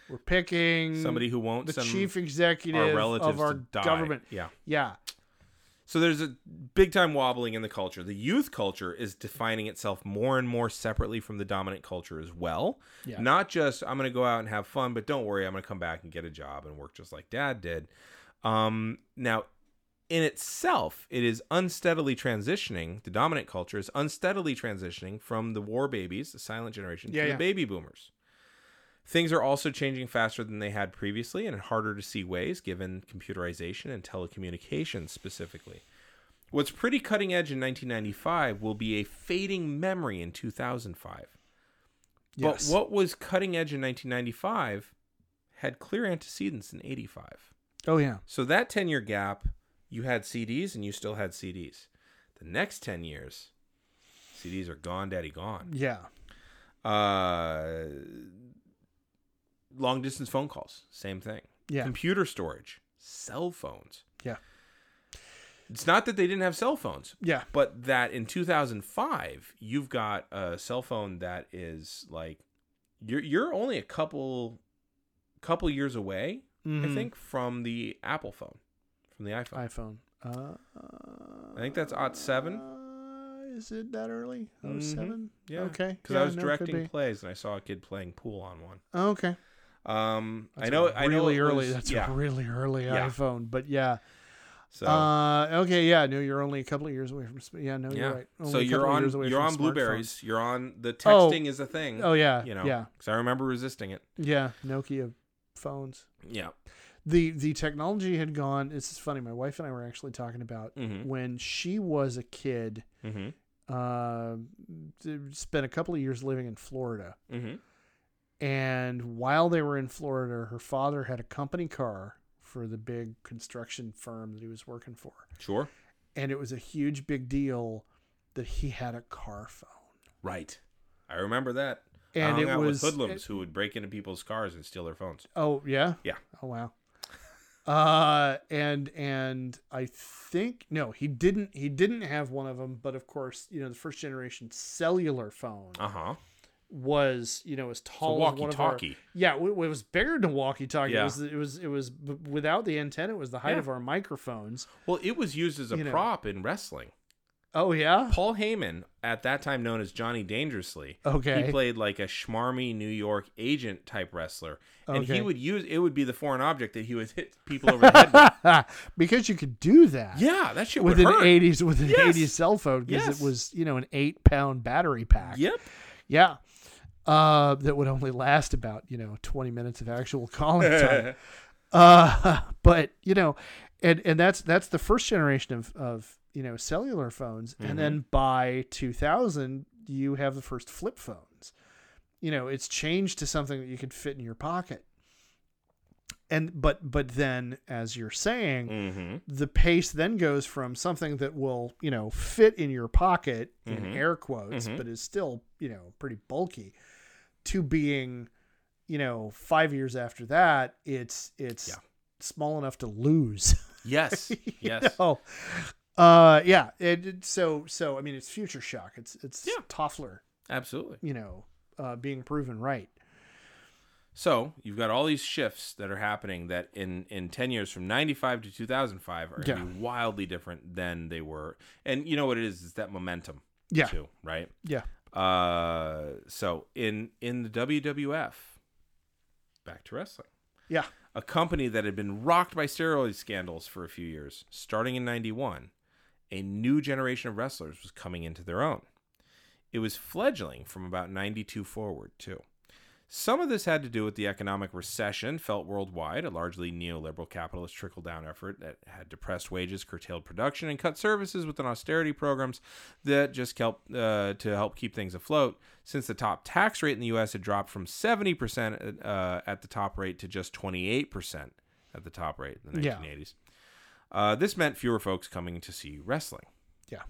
Speaker 4: We're picking
Speaker 3: Somebody who won't
Speaker 4: Mm, the
Speaker 3: send
Speaker 4: chief
Speaker 3: our
Speaker 4: executive
Speaker 3: relatives
Speaker 4: of our
Speaker 3: to die.
Speaker 4: government.
Speaker 3: Yeah.
Speaker 4: Yeah,
Speaker 3: So there's a big time wobbling in the culture. The youth culture is defining itself more and more separately from the dominant culture as well.
Speaker 4: Yeah.
Speaker 3: Not just I'm going to go out and have fun, but don't worry, I'm going to come back and get a job and work just like dad did. Um, now, in itself, it is unsteadily transitioning. The dominant culture is unsteadily transitioning from the war babies, the silent generation,
Speaker 4: Yeah,
Speaker 3: to
Speaker 4: yeah.
Speaker 3: the baby boomers. Things are also changing faster than they had previously and in harder to see ways, given computerization and telecommunications specifically. What's pretty cutting edge in 1995 will be a fading memory in 2005.
Speaker 4: yes.
Speaker 3: But what was cutting edge in 1995 had clear antecedents in 85.
Speaker 4: Oh yeah,
Speaker 3: So that 10 year gap, you had CDs and you still had CDs. The next 10 years, CDs are gone, daddy, gone
Speaker 4: yeah.
Speaker 3: uh long distance phone calls, same thing.
Speaker 4: Yeah.
Speaker 3: Computer storage, cell phones.
Speaker 4: Yeah.
Speaker 3: It's not that they didn't have cell phones,
Speaker 4: Yeah.
Speaker 3: but that in 2005 you've got a cell phone that is like you're you're only a couple couple years away, I
Speaker 4: Mhm.
Speaker 3: think, from the Apple phone, from the iPhone.
Speaker 4: iPhone. Uh,
Speaker 3: I think that's odd seven.
Speaker 4: Uh, is it that early? Oh
Speaker 3: Mhm.
Speaker 4: seven?
Speaker 3: Yeah,
Speaker 4: Okay.
Speaker 3: because
Speaker 4: Yeah,
Speaker 3: I was
Speaker 4: no, could
Speaker 3: directing
Speaker 4: be.
Speaker 3: plays and I saw a kid playing pool on one.
Speaker 4: Oh, okay.
Speaker 3: Um, I
Speaker 4: That's
Speaker 3: know,
Speaker 4: Really
Speaker 3: I know, it
Speaker 4: early.
Speaker 3: was-
Speaker 4: That's
Speaker 3: yeah.
Speaker 4: a really early
Speaker 3: Yeah.
Speaker 4: iPhone. But yeah.
Speaker 3: So
Speaker 4: Uh, okay. Yeah. No, you're only a couple of years away from. sp- Yeah. No,
Speaker 3: yeah,
Speaker 4: you're right. Only
Speaker 3: so
Speaker 4: a
Speaker 3: you're
Speaker 4: couple of years
Speaker 3: on
Speaker 4: away
Speaker 3: you're
Speaker 4: from
Speaker 3: on
Speaker 4: smartphones.
Speaker 3: blueberries. You're on the
Speaker 4: Oh.
Speaker 3: texting is a thing.
Speaker 4: Oh yeah.
Speaker 3: you know,
Speaker 4: Yeah.
Speaker 3: because I remember resisting it.
Speaker 4: Yeah. Nokia phones.
Speaker 3: Yeah,
Speaker 4: the the technology had gone it's funny my wife and i were actually talking about
Speaker 3: Mhm.
Speaker 4: when she was a kid
Speaker 3: mm-hmm.
Speaker 4: uh, d- spent a couple of years living in florida
Speaker 3: Mm-hmm.
Speaker 4: and while they were in florida her father had a company car for the big construction firm that he was working for
Speaker 3: sure,
Speaker 4: and it was a huge big deal that he had a car phone
Speaker 3: right. I remember that.
Speaker 4: and
Speaker 3: I hung
Speaker 4: it
Speaker 3: out
Speaker 4: was
Speaker 3: with hoodlums who would break into people's cars and steal their phones.
Speaker 4: Oh yeah.
Speaker 3: Yeah.
Speaker 4: Oh wow. Uh, and and I think no, he didn't. He didn't have one of them. But of course, you know, the first generation cellular phone
Speaker 3: Uh huh.
Speaker 4: was you know as
Speaker 3: So
Speaker 4: tall as one
Speaker 3: walkie
Speaker 4: of our.
Speaker 3: talkie.
Speaker 4: Yeah, it, it was bigger than walkie talkie. It
Speaker 3: Yeah.
Speaker 4: was it was it was b- without the antenna. It was the height
Speaker 3: Yeah.
Speaker 4: of our microphones.
Speaker 3: Well, it was used as a
Speaker 4: You know.
Speaker 3: prop in wrestling.
Speaker 4: Oh yeah.
Speaker 3: Paul Heyman, at that time known as Johnny Dangerously,
Speaker 4: Okay.
Speaker 3: he played like a schmarmy New York agent type wrestler, and
Speaker 4: Okay.
Speaker 3: he would use it would be the foreign object that he would hit people over the head. with.
Speaker 4: because you could do that.
Speaker 3: Yeah, that shit
Speaker 4: With
Speaker 3: would
Speaker 4: an
Speaker 3: hurt.
Speaker 4: 80s with an
Speaker 3: Yes.
Speaker 4: 80s cell phone because
Speaker 3: Yes.
Speaker 4: it was you know an eight pound battery pack.
Speaker 3: Yep.
Speaker 4: Yeah. Uh, that would only last about, you know, 20 minutes of actual calling time. uh, but, you know, and, and that's, that's the first generation of, of, you know, cellular phones. And then by 2000, you have the first flip phones. You know, it's changed to something that you could fit in your pocket. And, but, but then, as you're saying,
Speaker 3: Mm-hmm.
Speaker 4: the pace then goes from something that will you know fit in your pocket
Speaker 3: Mm-hmm.
Speaker 4: in air quotes but is still you know pretty bulky to being you know five years after that it's it's
Speaker 3: Yeah.
Speaker 4: small enough to lose
Speaker 3: Yes. Yes.
Speaker 4: oh uh yeah it, it- so so i mean it's future shock it's it's
Speaker 3: Yeah.
Speaker 4: toffler
Speaker 3: Absolutely.
Speaker 4: you know uh being proven right
Speaker 3: So you've got all these shifts that are happening that in in ten years from ninety five to two thousand five are
Speaker 4: Yeah.
Speaker 3: gonna be wildly different than they were. And you know what it is? It's that momentum
Speaker 4: yeah
Speaker 3: too, right?
Speaker 4: yeah
Speaker 3: Uh, so in in the WWF, back to wrestling,
Speaker 4: yeah
Speaker 3: a company that had been rocked by steroid scandals for a few years, starting in '91, a new generation of wrestlers was coming into their own. It was fledgling from about '92 forward too. Some of this had to do with the economic recession felt worldwide, a largely neoliberal capitalist trickle down effort that had depressed wages, curtailed production, and cut services within austerity programs that just helped uh, to help keep things afloat. Since the top tax rate in the U.S. had dropped from 70% uh, at the top rate to just 28% at the top rate in the
Speaker 4: Yeah.
Speaker 3: 1980s. Uh, this meant fewer folks coming to see wrestling.
Speaker 4: Yeah.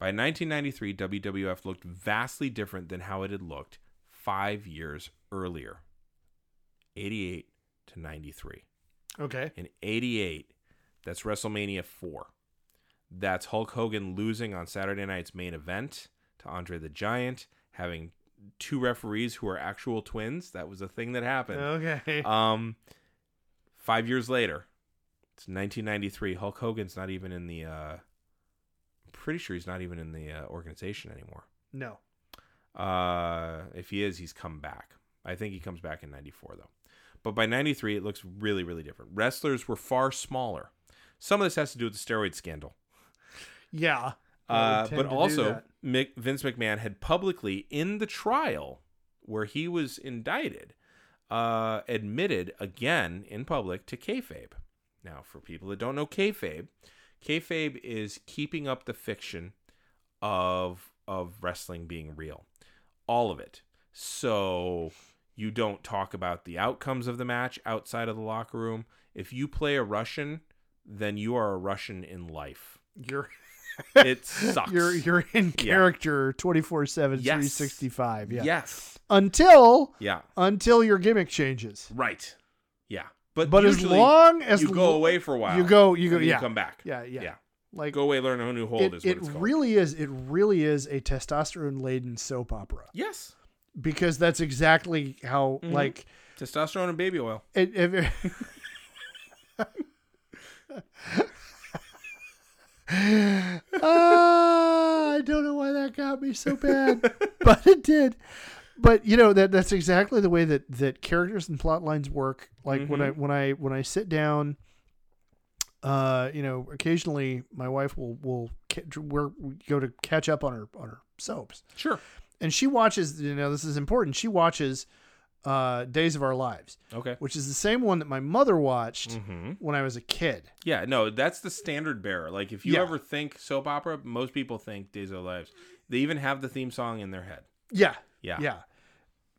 Speaker 3: By 1993, WWF looked vastly different than how it had looked five years earlier 88 to 93.
Speaker 4: okay
Speaker 3: In 88, that's WrestleMania 4. That's Hulk Hogan losing on Saturday night's main event to Andre the Giant, having two referees who are actual twins. That was a thing that happened.
Speaker 4: okay
Speaker 3: Um, five years later, it's 1993. Hulk Hogan's not even in the. Uh, I'm pretty sure he's not even in the uh, organization anymore.
Speaker 4: no
Speaker 3: Uh, if he is, he's come back. I think he comes back in 94, though. But by 93, it looks really, really different. Wrestlers were far smaller. Some of this has to do with the steroid scandal.
Speaker 4: yeah I
Speaker 3: Uh,
Speaker 4: would tend
Speaker 3: but
Speaker 4: to do
Speaker 3: also,
Speaker 4: that.
Speaker 3: Mick, Vince McMahon had publicly, in the trial where he was indicted, uh, admitted again in public to kayfabe. Now, for people that don't know kayfabe, kayfabe is keeping up the fiction of of wrestling being real, all of it. So you don't talk about the outcomes of the match outside of the locker room. If you play a Russian, then you are a Russian in life.
Speaker 4: you're
Speaker 3: It sucks.
Speaker 4: You're you're in character 24 7
Speaker 3: Yes.
Speaker 4: 365 yeah.
Speaker 3: Yes.
Speaker 4: until
Speaker 3: Yeah.
Speaker 4: until your gimmick changes
Speaker 3: Right. Yeah. But
Speaker 4: but as
Speaker 3: usually
Speaker 4: long as
Speaker 3: you go away for a while,
Speaker 4: you go you go
Speaker 3: and then
Speaker 4: yeah
Speaker 3: you come back.
Speaker 4: yeah yeah
Speaker 3: Yeah.
Speaker 4: like
Speaker 3: Go away, learn a new hold
Speaker 4: it,
Speaker 3: is what
Speaker 4: it
Speaker 3: it's called.
Speaker 4: really is it really is a testosterone laden soap opera
Speaker 3: yes.
Speaker 4: because that's exactly how
Speaker 3: Mhm.
Speaker 4: like
Speaker 3: Testosterone and baby oil.
Speaker 4: it, it- Ah, I don't know why that got me so bad, but it did. But you know that that's exactly the way that that characters and plot lines work. Like when I when I when I sit down, uh, you know, occasionally my wife will will ca- we're, we go to catch up on her on her soaps,
Speaker 3: Sure.
Speaker 4: and she watches. You know, this is important. She watches uh, Days of Our Lives,
Speaker 3: Okay.
Speaker 4: which is the same one that my mother watched
Speaker 3: Mm-hmm.
Speaker 4: when I was a kid.
Speaker 3: Yeah, no, that's the standard bearer. Like if you
Speaker 4: Yeah.
Speaker 3: ever think soap opera, most people think Days of Our Lives. They even have the theme song in their head.
Speaker 4: Yeah,
Speaker 3: Yeah.
Speaker 4: yeah,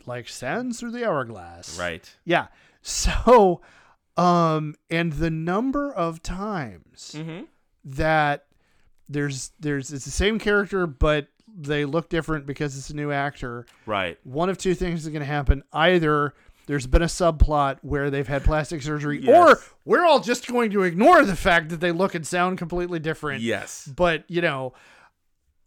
Speaker 4: like sands through the hourglass.
Speaker 3: Right.
Speaker 4: Yeah. So, um, and the number of times
Speaker 3: Mm-hmm.
Speaker 4: that there's there's it's the same character, but they look different because it's a new actor.
Speaker 3: Right.
Speaker 4: One of two things is going to happen: either there's been a subplot where they've had plastic surgery, or
Speaker 3: Yes.
Speaker 4: we're all just going to ignore the fact that they look and sound completely different.
Speaker 3: Yes.
Speaker 4: But you know,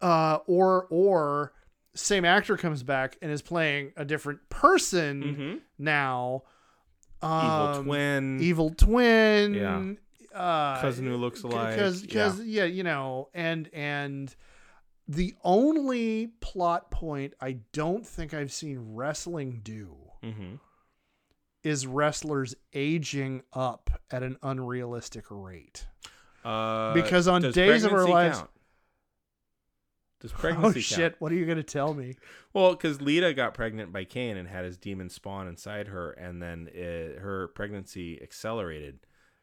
Speaker 4: uh, or or same actor comes back and is playing a different person
Speaker 3: Mm-hmm.
Speaker 4: now.
Speaker 3: Evil
Speaker 4: Um,
Speaker 3: twin.
Speaker 4: evil twin,
Speaker 3: Yeah.
Speaker 4: uh,
Speaker 3: cousin who looks alike.
Speaker 4: because because yeah. you know, and and the only plot point I don't think I've seen wrestling do
Speaker 3: yeah. Mm-hmm.
Speaker 4: is wrestlers aging up at an unrealistic rate.
Speaker 3: Uh,
Speaker 4: Because on
Speaker 3: does
Speaker 4: Days of Our
Speaker 3: pregnancy
Speaker 4: Lives-
Speaker 3: count? Does
Speaker 4: Oh
Speaker 3: pregnancy
Speaker 4: shit! What are you gonna tell me?
Speaker 3: Count? Well, because Lita got pregnant by Cain and had his demon spawn inside her, and then uh her pregnancy accelerated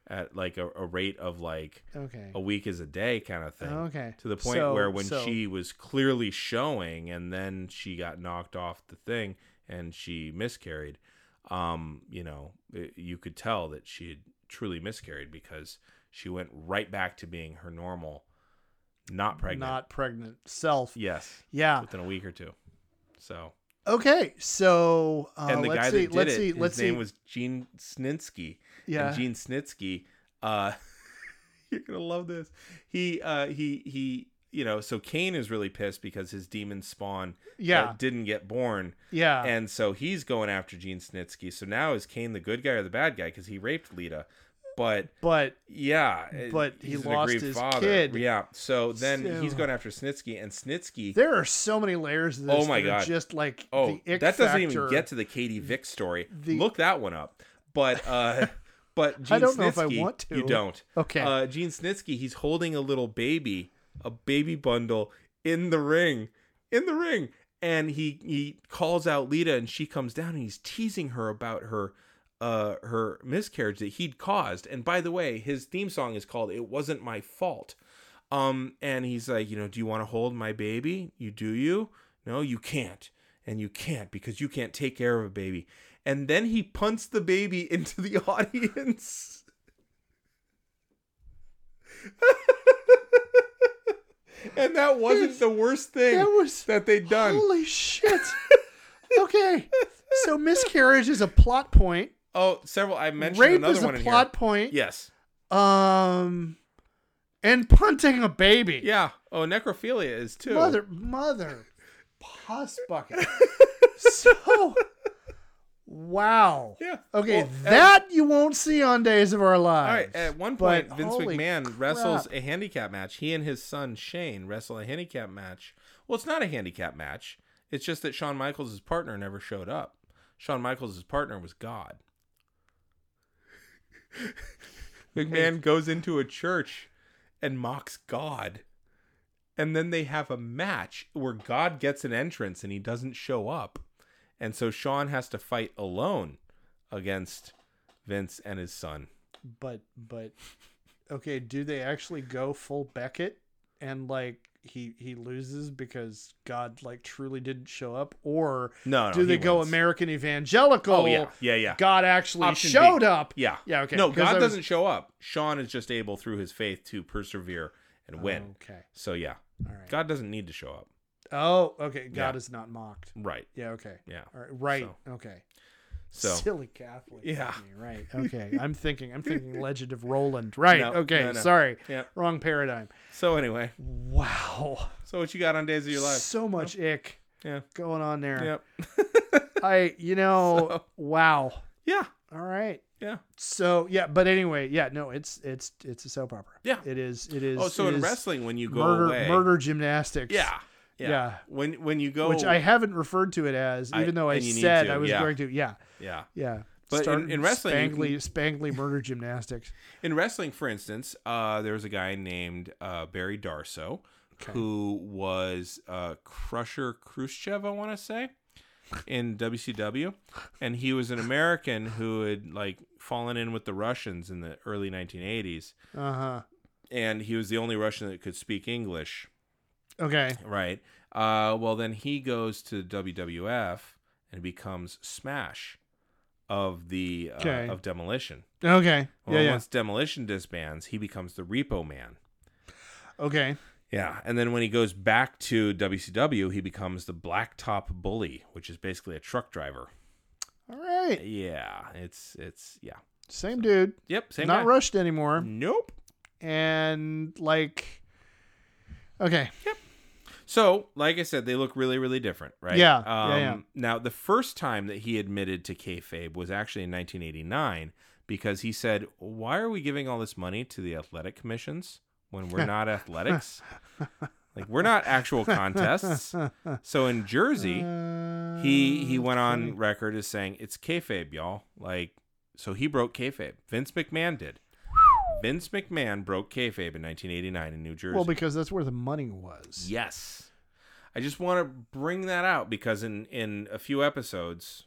Speaker 3: at like a, a rate of like
Speaker 4: Okay.
Speaker 3: a week is a day kind of thing.
Speaker 4: Okay.
Speaker 3: To the point
Speaker 4: So-
Speaker 3: where when
Speaker 4: so-
Speaker 3: she was clearly showing and then she got knocked off the thing and she miscarried, um, you know, it, you could tell that she had truly miscarried because she went right back to being her normal, not pregnant.
Speaker 4: not pregnant self,
Speaker 3: yes,
Speaker 4: yeah.
Speaker 3: within a week or two. So,
Speaker 4: Okay, so uh,
Speaker 3: and the
Speaker 4: let's
Speaker 3: guy
Speaker 4: see.
Speaker 3: that did
Speaker 4: let's
Speaker 3: it,
Speaker 4: see.
Speaker 3: his
Speaker 4: Let's
Speaker 3: name
Speaker 4: see.
Speaker 3: was Gene Snitsky.
Speaker 4: yeah.
Speaker 3: and Gene Snitsky. Uh, you're gonna love this. He uh, he he. You know, so Kane is really pissed because his demon spawn uh,
Speaker 4: yeah.
Speaker 3: didn't get born,
Speaker 4: yeah.
Speaker 3: and so he's going after Gene Snitsky. So now is Kane the good guy or the bad guy because he raped Lita? But
Speaker 4: but
Speaker 3: yeah, it-
Speaker 4: But he
Speaker 3: he's an
Speaker 4: lost
Speaker 3: aggrieved
Speaker 4: his kid.
Speaker 3: Yeah, so then
Speaker 4: So-
Speaker 3: he's going after Snitsky, and Snitsky.
Speaker 4: there are so many layers of this.
Speaker 3: Oh my
Speaker 4: that are
Speaker 3: God.
Speaker 4: Just like
Speaker 3: Oh,
Speaker 4: the ick
Speaker 3: that doesn't
Speaker 4: factor.
Speaker 3: even get to the Katie Vick story.
Speaker 4: The-
Speaker 3: Look that one up. But uh, but Gene
Speaker 4: I don't know if I
Speaker 3: Snitsky-
Speaker 4: want to.
Speaker 3: You don't.
Speaker 4: Okay.
Speaker 3: Uh, Gene Snitsky, he's holding a little baby, a baby bundle in the ring, in the ring, and he he calls out Lita, and she comes down, and he's teasing her about her uh her miscarriage that he'd caused. And by the way, his theme song is called "It Wasn't My Fault." Um, and he's like, you know, do you want to hold my baby? You do you? No, you can't, and you can't because you can't take care of a baby. And then he punts the baby into the audience. and that wasn't the worst thing
Speaker 4: That
Speaker 3: that,
Speaker 4: was
Speaker 3: they'd done.
Speaker 4: holy shit. okay, so miscarriage is a plot point.
Speaker 3: oh, several. I mentioned
Speaker 4: Rape
Speaker 3: another
Speaker 4: is a
Speaker 3: one in
Speaker 4: plot point.
Speaker 3: here. Yes.
Speaker 4: Um, and punting a baby.
Speaker 3: Yeah. Oh, necrophilia is too.
Speaker 4: Mother, mother, pus bucket. so, wow.
Speaker 3: Yeah.
Speaker 4: Okay,
Speaker 3: Well,
Speaker 4: that you won't see on Days of Our
Speaker 3: All right.
Speaker 4: Lives.
Speaker 3: At one
Speaker 4: But
Speaker 3: point, Vince
Speaker 4: holy
Speaker 3: McMahon wrestles
Speaker 4: crap.
Speaker 3: a handicap match. He and his son Shane wrestle a handicap match. Well, it's not a handicap match. It's just that Shawn Michaels' partner never showed up. Shawn Michaels' partner was God. McMahon goes into a church and mocks God. And then they have a match where God gets an entrance and he doesn't show up. And so Shawn has to fight alone against Vince and his son.
Speaker 4: But, but, okay, do they actually go full Beckett and like he he loses because God like truly didn't show up, or
Speaker 3: No, no
Speaker 4: do they
Speaker 3: he
Speaker 4: go
Speaker 3: wins.
Speaker 4: American Evangelical?
Speaker 3: Oh yeah, yeah, yeah,
Speaker 4: God actually
Speaker 3: Option B.
Speaker 4: showed up.
Speaker 3: yeah,
Speaker 4: Yeah, okay,
Speaker 3: No,
Speaker 4: 'cause
Speaker 3: God
Speaker 4: I was-
Speaker 3: doesn't show up. Sean is just able through his faith to persevere and win.
Speaker 4: Okay.
Speaker 3: So yeah,
Speaker 4: All right.
Speaker 3: God doesn't need to show up.
Speaker 4: Oh, okay. God
Speaker 3: Yeah.
Speaker 4: is not mocked.
Speaker 3: Right.
Speaker 4: Yeah. Okay.
Speaker 3: Yeah.
Speaker 4: All right. Right.
Speaker 3: So-
Speaker 4: Okay.
Speaker 3: So
Speaker 4: silly Catholic. of
Speaker 3: Yeah.
Speaker 4: me, Right. Okay. I'm thinking. I'm thinking Legend of Roland. Right.
Speaker 3: No,
Speaker 4: okay.
Speaker 3: no, no.
Speaker 4: Sorry.
Speaker 3: yeah.
Speaker 4: Wrong paradigm.
Speaker 3: So anyway,
Speaker 4: Wow.
Speaker 3: so what you got on Days of Your Life?
Speaker 4: So much ick.
Speaker 3: Yeah.
Speaker 4: Going on there.
Speaker 3: Yep.
Speaker 4: I. You know.
Speaker 3: So-
Speaker 4: Wow.
Speaker 3: Yeah.
Speaker 4: All right.
Speaker 3: Yeah.
Speaker 4: So yeah, but anyway, yeah. No, it's it's it's a soap opera.
Speaker 3: Yeah.
Speaker 4: It is. It is.
Speaker 3: Oh, so
Speaker 4: it
Speaker 3: in
Speaker 4: is
Speaker 2: wrestling,
Speaker 3: wrestling when you go
Speaker 4: murder
Speaker 3: away.
Speaker 4: murder gymnastics.
Speaker 3: Yeah. Yeah.
Speaker 4: Yeah.
Speaker 3: When when you go
Speaker 4: Which I haven't referred to it as,
Speaker 3: Oh. I-
Speaker 4: even though I
Speaker 3: and you need
Speaker 4: said
Speaker 3: to,
Speaker 4: I was
Speaker 3: yeah.
Speaker 4: going to. Yeah.
Speaker 3: Yeah.
Speaker 4: Yeah.
Speaker 3: But in-
Speaker 4: Starting
Speaker 3: in wrestling, you
Speaker 4: spangly, spangly murder gymnastics.
Speaker 3: In wrestling, for instance, uh, there was a guy named uh, Barry Darso who was uh, Crusher Khrushchev, I want to say, in WCW, and he was an American who had like fallen in with the Russians in the early 1980s,
Speaker 4: Uh huh.
Speaker 3: and he was the only Russian that could speak English.
Speaker 4: Okay.
Speaker 3: Right. Uh, well, then he goes to WWF and becomes Smash of the uh,
Speaker 4: Okay.
Speaker 3: of Demolition.
Speaker 4: Okay.
Speaker 3: Well,
Speaker 4: yeah. Yeah.
Speaker 3: once Demolition disbands, he becomes the Repo Man.
Speaker 4: Okay.
Speaker 3: Yeah, and then when he goes back to WCW, he becomes the Blacktop Bully, which is basically a truck driver.
Speaker 4: All right.
Speaker 3: Yeah, it's it's yeah.
Speaker 4: Same dude.
Speaker 3: Yep, same
Speaker 4: Not
Speaker 3: guy. Mm.
Speaker 4: rushed anymore.
Speaker 3: Nope.
Speaker 4: And like. Okay.
Speaker 3: So, like I said, they look really, really different, right?
Speaker 4: Yeah,
Speaker 3: Um,
Speaker 4: yeah, yeah.
Speaker 3: Now, the first time that he admitted to kayfabe was actually in 1989 because he said, "Why are we giving all this money to the athletic commissions when we're not athletics? like we're not actual contests." So in Jersey,
Speaker 4: Mm,
Speaker 3: he
Speaker 4: Uh,
Speaker 3: he went on record as saying it's kayfabe, y'all. Like, so he broke kayfabe. Vince McMahon did. Vince McMahon broke kayfabe in 1989 in New Jersey.
Speaker 4: Well, because that's where the money was.
Speaker 3: Yes. I just want to bring that out because in in a few episodes,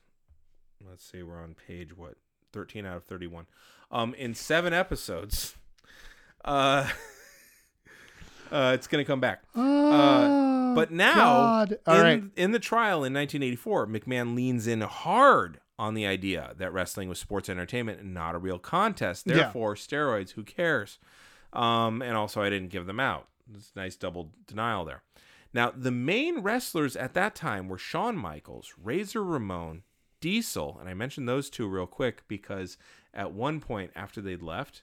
Speaker 3: let's see, we're on page what 13 out of 31. Um in 7 episodes, uh uh it's going to come back.
Speaker 4: Oh,
Speaker 3: Uh, But now
Speaker 4: God. All
Speaker 3: in,
Speaker 4: right.
Speaker 3: in the trial in 1984, McMahon leans in hard on the idea that wrestling was sports entertainment and not a real contest.
Speaker 4: Yeah.
Speaker 3: Therefore, steroids, who cares? Um, and also, I didn't give them out. It's nice double denial there. Now, the main wrestlers at that time were Shawn Michaels, Razor Ramon, Diesel, and I mentioned those two real quick because at one point after they'd left,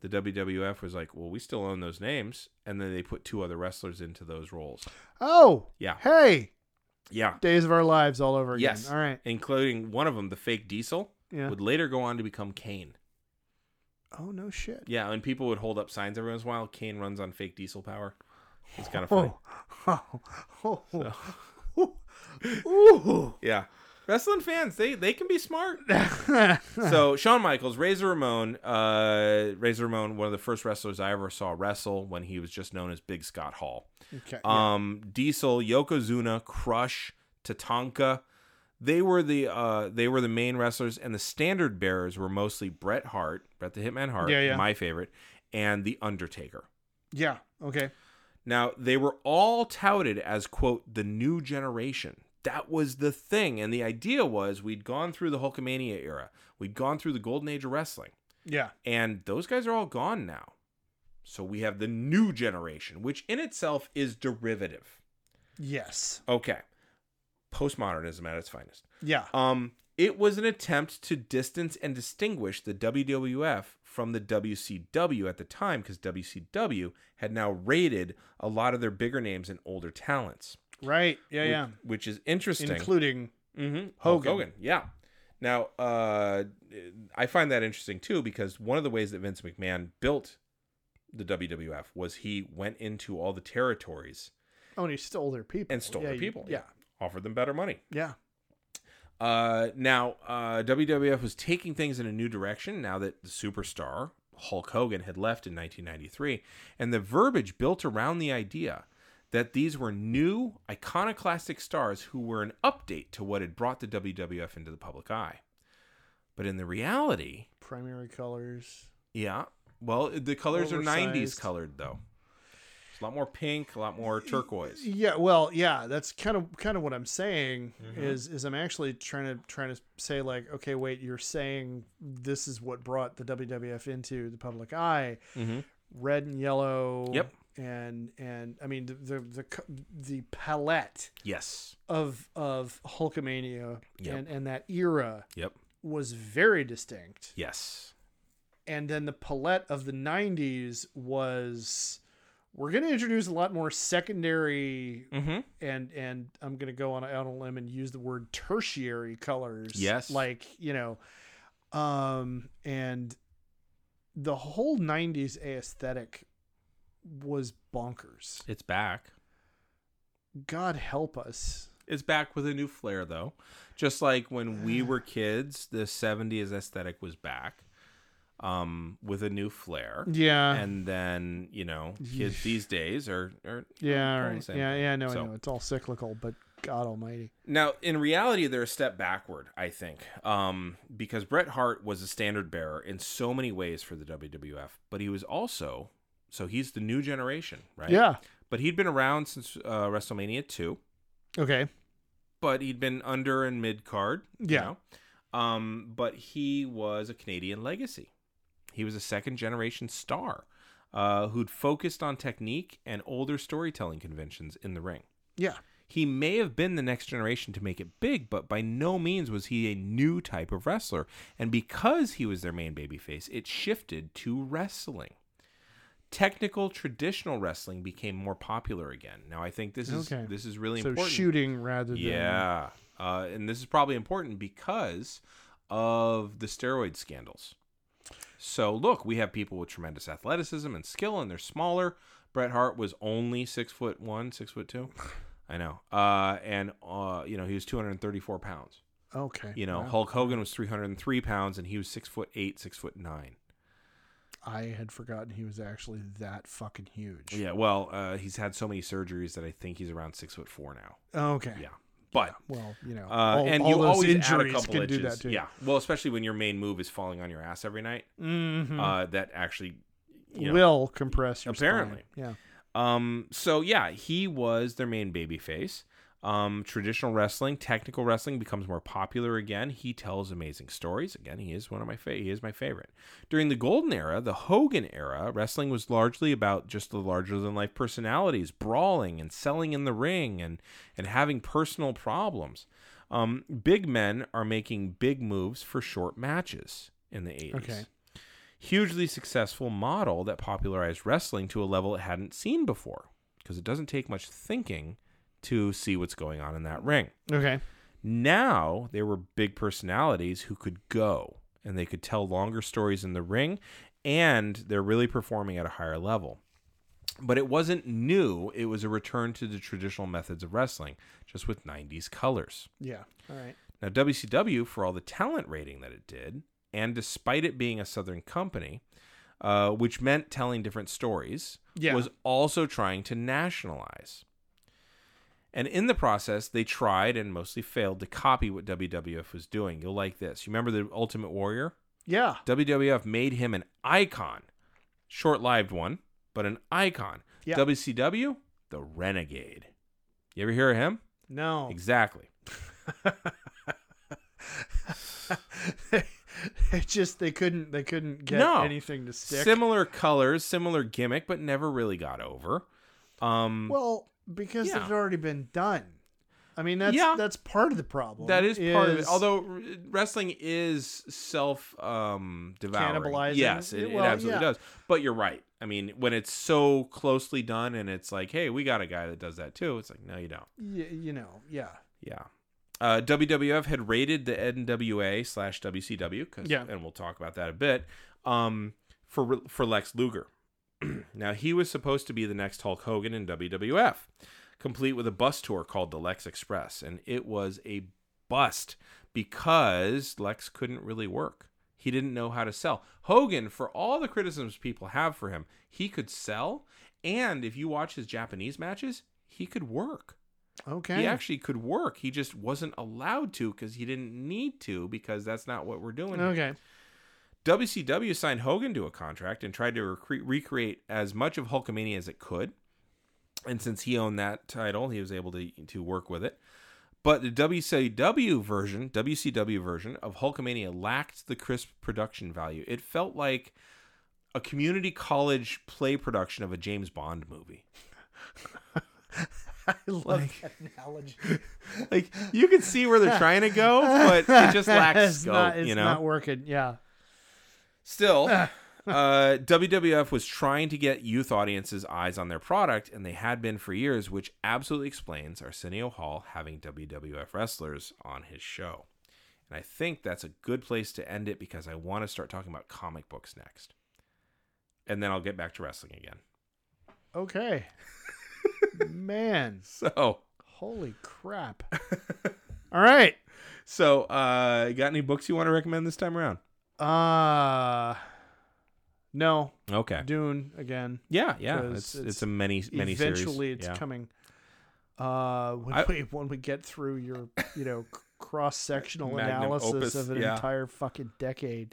Speaker 3: the WWF was like, "Well, we still own those names," and then they put two other wrestlers into those roles.
Speaker 4: Oh.
Speaker 3: Yeah.
Speaker 4: Hey.
Speaker 3: Yeah,
Speaker 4: Days of our lives all over again.
Speaker 3: Yes.
Speaker 4: All right.
Speaker 3: including one of them, the fake Diesel,
Speaker 4: Yeah.
Speaker 3: would later go on to become Kane.
Speaker 4: Oh no shit.
Speaker 3: Yeah, and people would hold up signs every once in a while. Kane runs on fake Diesel power. It's kind of funny.
Speaker 4: Oh. Oh. oh. Ooh.
Speaker 3: Yeah, wrestling fans they they can be smart. so Shawn Michaels, Razor Ramon, uh, Razor Ramon, one of the first wrestlers I ever saw wrestle when he was just known as Big Scott Hall.
Speaker 4: Okay.
Speaker 3: Um, Diesel, Yokozuna, Crush, Tatanka. They were the uh, they were the main wrestlers, and the standard bearers were mostly Bret Hart, Bret the Hitman Hart,
Speaker 4: Yeah, yeah.
Speaker 3: my favorite, and the Undertaker.
Speaker 4: yeah. Okay.
Speaker 3: Now they were all touted as quote the new generation. That was the thing, and the idea was we'd gone through the Hulkamania era, we'd gone through the golden age of wrestling,
Speaker 4: Yeah.
Speaker 3: and those guys are all gone now. So we have the new generation, which in itself is derivative.
Speaker 4: Yes.
Speaker 3: Okay. Postmodernism at its finest.
Speaker 4: Yeah.
Speaker 3: Um, it was an attempt to distance and distinguish the WWF from the WCW at the time because WCW had now raided a lot of their bigger names and older talents.
Speaker 4: Right. Yeah.
Speaker 3: which,
Speaker 4: Yeah.
Speaker 3: Which is interesting.
Speaker 4: Including.
Speaker 3: Mhm. Hulk
Speaker 4: Hogan.
Speaker 3: Hogan. Yeah. Now, uh, I find that interesting too because one of the ways that Vince McMahon built the WWF was he went into all the territories
Speaker 4: Oh, and he stole their people.
Speaker 3: and stole
Speaker 4: yeah,
Speaker 3: their
Speaker 4: you-
Speaker 3: people.
Speaker 4: Yeah.
Speaker 3: Offered them better money.
Speaker 4: Yeah.
Speaker 3: Uh, now, uh, WWF was taking things in a new direction now that the superstar, Hulk Hogan, had left in 1993. And the verbiage built around the idea that these were new, iconoclastic stars who were an update to what had brought the WWF into the public eye. But in the reality,
Speaker 4: Primary colors.
Speaker 3: yeah, well, the colors are 90s
Speaker 4: Oversized.
Speaker 3: colored, though. It's a lot more pink, a lot more turquoise.
Speaker 4: Yeah. Well. Yeah. That's kind of kind of what I'm saying.
Speaker 3: Mm-hmm.
Speaker 4: Is is I'm actually trying to trying to say like, okay, wait, you're saying this is what brought the WWF into the public eye.
Speaker 3: Mhm.
Speaker 4: Red and yellow.
Speaker 3: Yep.
Speaker 4: and and I mean the the the, co- the palette
Speaker 3: Yes.
Speaker 4: of of Hulkamania
Speaker 3: Yep.
Speaker 4: and and that era
Speaker 3: Yep.
Speaker 4: was very distinct.
Speaker 3: Yes.
Speaker 4: And then the palette of the 90s was we're going to introduce a lot more secondary
Speaker 3: Mm-hmm.
Speaker 4: and and I'm gonna go on out on a limb and use the word tertiary colors.
Speaker 3: Yes.
Speaker 4: like you know, um, and the whole '90s aesthetic was bonkers.
Speaker 3: It's back.
Speaker 4: God help us.
Speaker 3: It's back with a new flair, though. Just like when we were kids, the 70s aesthetic was back um, with a new flair.
Speaker 4: Yeah,
Speaker 3: And then, you know, kids these days are. are
Speaker 4: yeah,
Speaker 3: are
Speaker 4: all
Speaker 3: the
Speaker 4: right.
Speaker 3: same
Speaker 4: yeah,
Speaker 3: thing.
Speaker 4: yeah. No,
Speaker 3: So-
Speaker 4: I know it's all cyclical, but God Almighty.
Speaker 3: Now, in reality, they're a step backward, I think, um, because Bret Hart was a standard bearer in so many ways for the WWF, but he was also, so he's the new generation, right?
Speaker 4: Yeah.
Speaker 3: But he'd been around since uh, WrestleMania 2,
Speaker 4: Okay.
Speaker 3: but he'd been under and mid card.
Speaker 4: Yeah.
Speaker 3: know? Um, but he was a Canadian legacy. He was a second generation star uh, who'd focused on technique and older storytelling conventions in the ring.
Speaker 4: Yeah.
Speaker 3: He may have been the next generation to make it big, but by no means was he a new type of wrestler. And because he was their main babyface, it shifted to wrestling. Technical traditional wrestling became more popular again. Now I think this is
Speaker 4: Okay.
Speaker 3: this is really
Speaker 4: So
Speaker 3: important.
Speaker 4: shooting rather than
Speaker 3: Yeah. Uh, and this is probably important because of the steroid scandals. So, look, we have people with tremendous athleticism and skill, and they're smaller. Bret Hart was only six foot one, six foot two. I know. Uh, and, uh, you know, he was 234 pounds.
Speaker 4: Okay.
Speaker 3: You know,
Speaker 4: Wow.
Speaker 3: Hulk Hogan was 303 pounds, and he was six foot eight, six foot nine.
Speaker 4: I had forgotten he was actually that fucking huge.
Speaker 3: Yeah. Well, uh, he's had so many surgeries that I think he's around six foot four now.
Speaker 4: Okay.
Speaker 3: Yeah. But
Speaker 4: Well, you know,
Speaker 3: Uh,
Speaker 4: all,
Speaker 3: and
Speaker 4: all
Speaker 3: you
Speaker 4: those
Speaker 3: always add a
Speaker 4: injuries
Speaker 3: couple
Speaker 4: can
Speaker 3: inches.
Speaker 4: do that too.
Speaker 3: Yeah, well, especially when your main move is falling on your ass every night.
Speaker 4: Mm-hmm.
Speaker 3: Uh, that actually, you know.
Speaker 4: will compress your
Speaker 3: Apparently.
Speaker 4: spine.
Speaker 3: Um, so yeah, he was their main babyface. Um, traditional wrestling, technical wrestling becomes more popular again. He tells amazing stories. Again, he is one of my fa- he is my favorite. During the golden era, the Hogan era, wrestling was largely about just the larger than life personalities, brawling and selling in the ring and and having personal problems. Um, big men are making big moves for short matches in the 80s
Speaker 4: Okay.
Speaker 3: hugely successful model that popularized wrestling to a level it hadn't seen before because it doesn't take much thinking to see what's going on in that ring.
Speaker 4: Yeah. Okay.
Speaker 3: Now there were big personalities who could go and they could tell longer stories in the ring and they're really performing at a higher level. But it wasn't new, it was a return to the traditional methods of wrestling, just with 90s colors.
Speaker 4: Yeah. All right.
Speaker 3: Now, WCW, for all the talent rating that it did, and despite it being a Southern company, uh, which meant telling different stories,
Speaker 4: Yeah.
Speaker 3: was also trying to nationalize. And in the process, they tried and mostly failed to copy what WWF was doing. You'll like this. You remember the Ultimate Warrior?
Speaker 4: Yeah.
Speaker 3: WWF made him an icon, short lived one, but an icon.
Speaker 4: Yeah.
Speaker 3: WCW, the Renegade. You ever hear of him?
Speaker 4: No.
Speaker 3: Exactly.
Speaker 4: they just they couldn't they couldn't get
Speaker 3: No.
Speaker 4: anything to stick.
Speaker 3: Similar colors, similar gimmick, but never really got over. Um,
Speaker 4: well, because
Speaker 3: Yeah.
Speaker 4: it's already been done. I mean, that's
Speaker 3: Yeah.
Speaker 4: that's part of the problem.
Speaker 3: that is part of it.
Speaker 4: is
Speaker 3: Although r- wrestling is self um, devouring.
Speaker 4: Cannibalizing?
Speaker 3: Yes, it, it
Speaker 4: Well,
Speaker 3: absolutely
Speaker 4: yeah.
Speaker 3: does. But you're right. I mean, when it's so closely done and it's like, hey, we got a guy that does that too, it's like, no, you don't.
Speaker 4: y- you know, yeah.
Speaker 3: Yeah. Uh, WWF had raided the NWA slash WCW, 'cause-
Speaker 4: Yeah.
Speaker 3: and we'll talk about that a bit, um, for, for Lex Luger. now, he was supposed to be the next Hulk Hogan in WWF, complete with a bus tour called the Lex Express. And it was a bust because Lex couldn't really work. He didn't know how to sell. Hogan, for all the criticisms people have for him, he could sell. And if you watch his Japanese matches, he could work.
Speaker 4: Okay.
Speaker 3: He actually could work. He just wasn't allowed to because he didn't need to because that's not what we're doing. here.
Speaker 4: okay.
Speaker 3: WCW signed Hogan to a contract and tried to recre- recreate as much of Hulkamania as it could. And since he owned that title, he was able to, to work with it. But the WCW version, WCW version of Hulkamania lacked the crisp production value. It felt like a a community college play production of a James Bond movie.
Speaker 4: I love
Speaker 3: Like-
Speaker 4: that analogy.
Speaker 3: Like you can see where they're trying to go, but it just lacks
Speaker 4: it's
Speaker 3: scope.
Speaker 4: Not, it's
Speaker 3: you know,
Speaker 4: not working. Yeah.
Speaker 3: Still, uh, WWF was trying to get youth audiences' eyes on their product, and they had been for years, which absolutely explains Arsenio Hall having WWF wrestlers on his show. And I think that's a good place to end it because I want to start talking about comic books next. And then I'll get back to wrestling again.
Speaker 4: Okay. Man,
Speaker 3: So,
Speaker 4: holy crap! All right.
Speaker 3: so uh, you got any books you want to recommend this time around?
Speaker 4: Uh no,
Speaker 3: Okay.
Speaker 4: Dune again.
Speaker 3: Yeah, yeah.
Speaker 4: 'Cause
Speaker 3: It's, it's
Speaker 4: it's-
Speaker 3: a many many series.
Speaker 4: Eventually, it's
Speaker 3: Yeah.
Speaker 4: coming. Uh, when
Speaker 3: I-
Speaker 4: we when we get through your you know cross sectional
Speaker 3: Magnum
Speaker 4: analysis
Speaker 3: opus,
Speaker 4: of an
Speaker 3: yeah.
Speaker 4: entire fucking decade.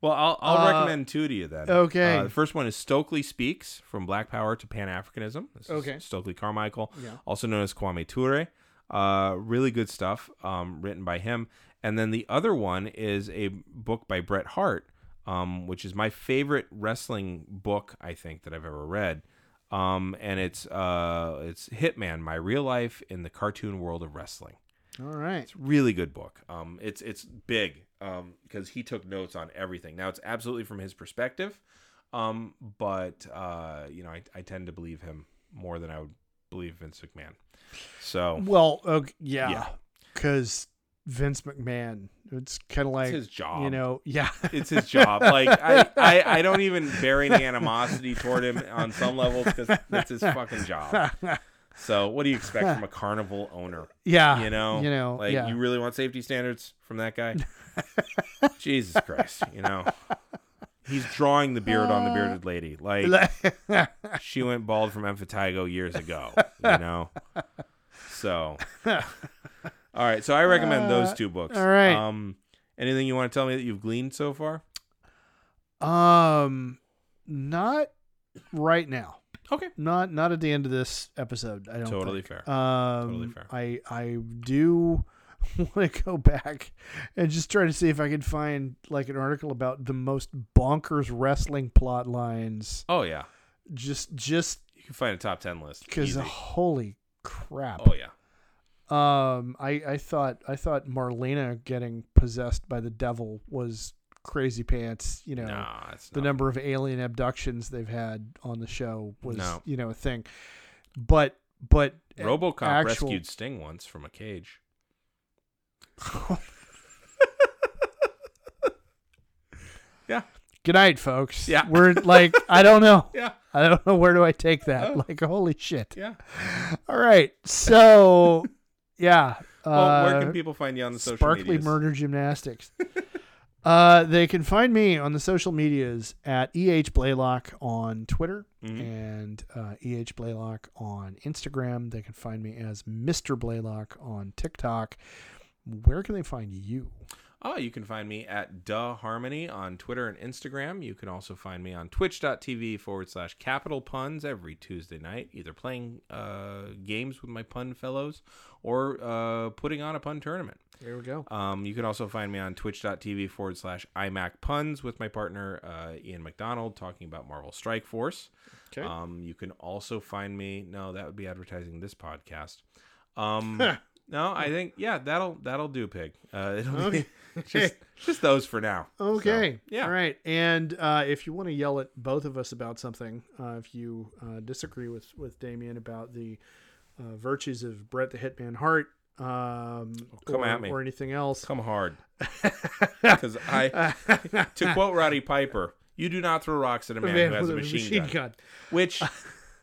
Speaker 3: Well, I'll, I'll
Speaker 4: Uh,
Speaker 3: recommend two to you then.
Speaker 4: okay.
Speaker 3: Uh, the first one is Stokely Speaks from Black Power to Pan Africanism. This is
Speaker 4: Okay.
Speaker 3: Stokely Carmichael,
Speaker 4: Yeah.
Speaker 3: also known as Kwame Ture. Uh, really good stuff um, written by him. And then the other one is a book by Bret Hart, um, which is my favorite wrestling book I think that I've ever read. Um, and it's uh, it's Hitman: My Real Life in the Cartoon World of Wrestling.
Speaker 4: All right.
Speaker 3: It's a really good book. Um, it's it's big um, because he took notes on everything. Now it's absolutely from his perspective, um, but uh, you know I, I tend to believe him more than I would believe Vince McMahon. So
Speaker 4: Well, okay, yeah,
Speaker 3: Oh. Yeah.
Speaker 4: because Vince McMahon. It's kind of
Speaker 3: it's
Speaker 4: like
Speaker 3: his job.
Speaker 4: you know, yeah.
Speaker 3: it's his job. Like I, I, I don't even bear any animosity toward him on some levels because that's his fucking job. So what do you expect from a carnival owner?
Speaker 4: yeah,
Speaker 3: You know,
Speaker 4: Ah, you know,
Speaker 3: like
Speaker 4: yeah.
Speaker 3: you really want safety standards from that guy? Jesus Christ, you know. He's drawing the beard
Speaker 4: Uh,
Speaker 3: on the bearded lady. Like she went bald from emphysema years ago, you know. So All right, so I recommend those two books.
Speaker 4: Uh, all right.
Speaker 3: Um anything you want to tell me that you've gleaned so far?
Speaker 4: um, not right now.
Speaker 3: Okay.
Speaker 4: Not not at the end of this episode. I don't
Speaker 3: Totally
Speaker 4: think.
Speaker 3: fair.
Speaker 4: Um,
Speaker 3: Totally fair.
Speaker 4: I I do want to go back and just try to see if I can find like an article about the most bonkers wrestling plot lines.
Speaker 3: Oh yeah.
Speaker 4: Just just
Speaker 3: You can find a top 10 list.
Speaker 4: because
Speaker 3: Easy.
Speaker 4: holy crap.
Speaker 3: Oh yeah.
Speaker 4: Um, I I thought I thought Marlena getting possessed by the devil was crazy pants. You know
Speaker 3: Nah, it's
Speaker 4: the
Speaker 3: not.
Speaker 4: number of alien abductions they've had on the show was
Speaker 3: No.
Speaker 4: you know a thing but but eh,
Speaker 3: RoboCop
Speaker 4: actual-
Speaker 3: rescued Sting once from a cage. Yeah.
Speaker 4: good night folks
Speaker 3: Yeah.
Speaker 4: we're like i don't know
Speaker 3: Yeah.
Speaker 4: i don't know where do i take that
Speaker 3: Oh.
Speaker 4: like holy shit
Speaker 3: Yeah.
Speaker 4: all right so yeah
Speaker 3: Well, where
Speaker 4: uh,
Speaker 3: can people find you on the social
Speaker 4: Sparkly
Speaker 3: medias?
Speaker 4: Murder Gymnastics. uh, they can find me on the social medias at EH Blaylock on Twitter
Speaker 3: Mhm.
Speaker 4: and uh, EH Blaylock on Instagram. They can find me as Mr. Blaylock on TikTok. Where can they find you?
Speaker 3: Oh, you can find me at Duh Harmony on Twitter and Instagram. You can also find me on twitch.tv forward slash capital puns every Tuesday night, either playing uh, games with my pun fellows or uh, putting on a pun tournament.
Speaker 4: There we go.
Speaker 3: Um, you can also find me on twitch.tv forward slash iMac puns with my partner uh, Ian McDonald talking about Marvel Strike Force.
Speaker 4: Okay.
Speaker 3: Um, you can also find me. No, that would be advertising this podcast. Um, no, I think yeah, that'll that'll do, pig. Uh, it'll be just just those for now.
Speaker 4: Okay.
Speaker 3: So, yeah.
Speaker 4: All right. And uh, if you want to yell at both of us about something, uh, if you uh, disagree with with Damien about the uh, virtues of Brett the Hitman Hart, um,
Speaker 3: come
Speaker 4: or,
Speaker 3: at me.
Speaker 4: or anything else,
Speaker 3: Come hard, because I to quote Roddy Piper, "You do not throw rocks at a man,
Speaker 4: Man
Speaker 3: who has
Speaker 4: with
Speaker 3: a machine, gun. Which,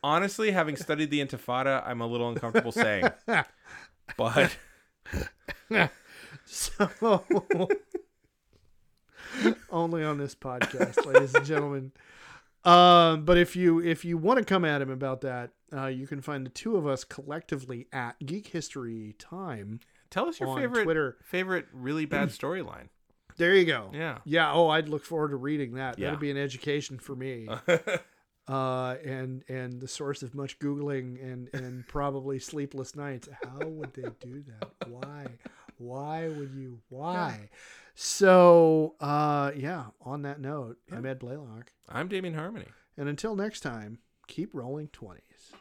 Speaker 3: honestly, having studied the Intifada, I'm a little uncomfortable saying. But
Speaker 4: So only on this podcast, ladies and gentlemen. Um, but if you if you want to come at him about that, uh, you can find the two of us collectively at Geek History Time.
Speaker 3: tell us your
Speaker 4: On
Speaker 3: favorite
Speaker 4: Twitter.
Speaker 3: favorite really bad storyline.
Speaker 4: There you go.
Speaker 3: Yeah.
Speaker 4: Yeah. Oh, I'd look forward to reading that.
Speaker 3: Yeah.
Speaker 4: That'd be an education for me. uh, and and the source of much googling and and probably sleepless nights. How would they do that? Why? Why would you? Why? So, uh, yeah, on that note, I'm Ed Blaylock.
Speaker 3: I'm Damien Harmony.
Speaker 4: And until next time, keep rolling 20s.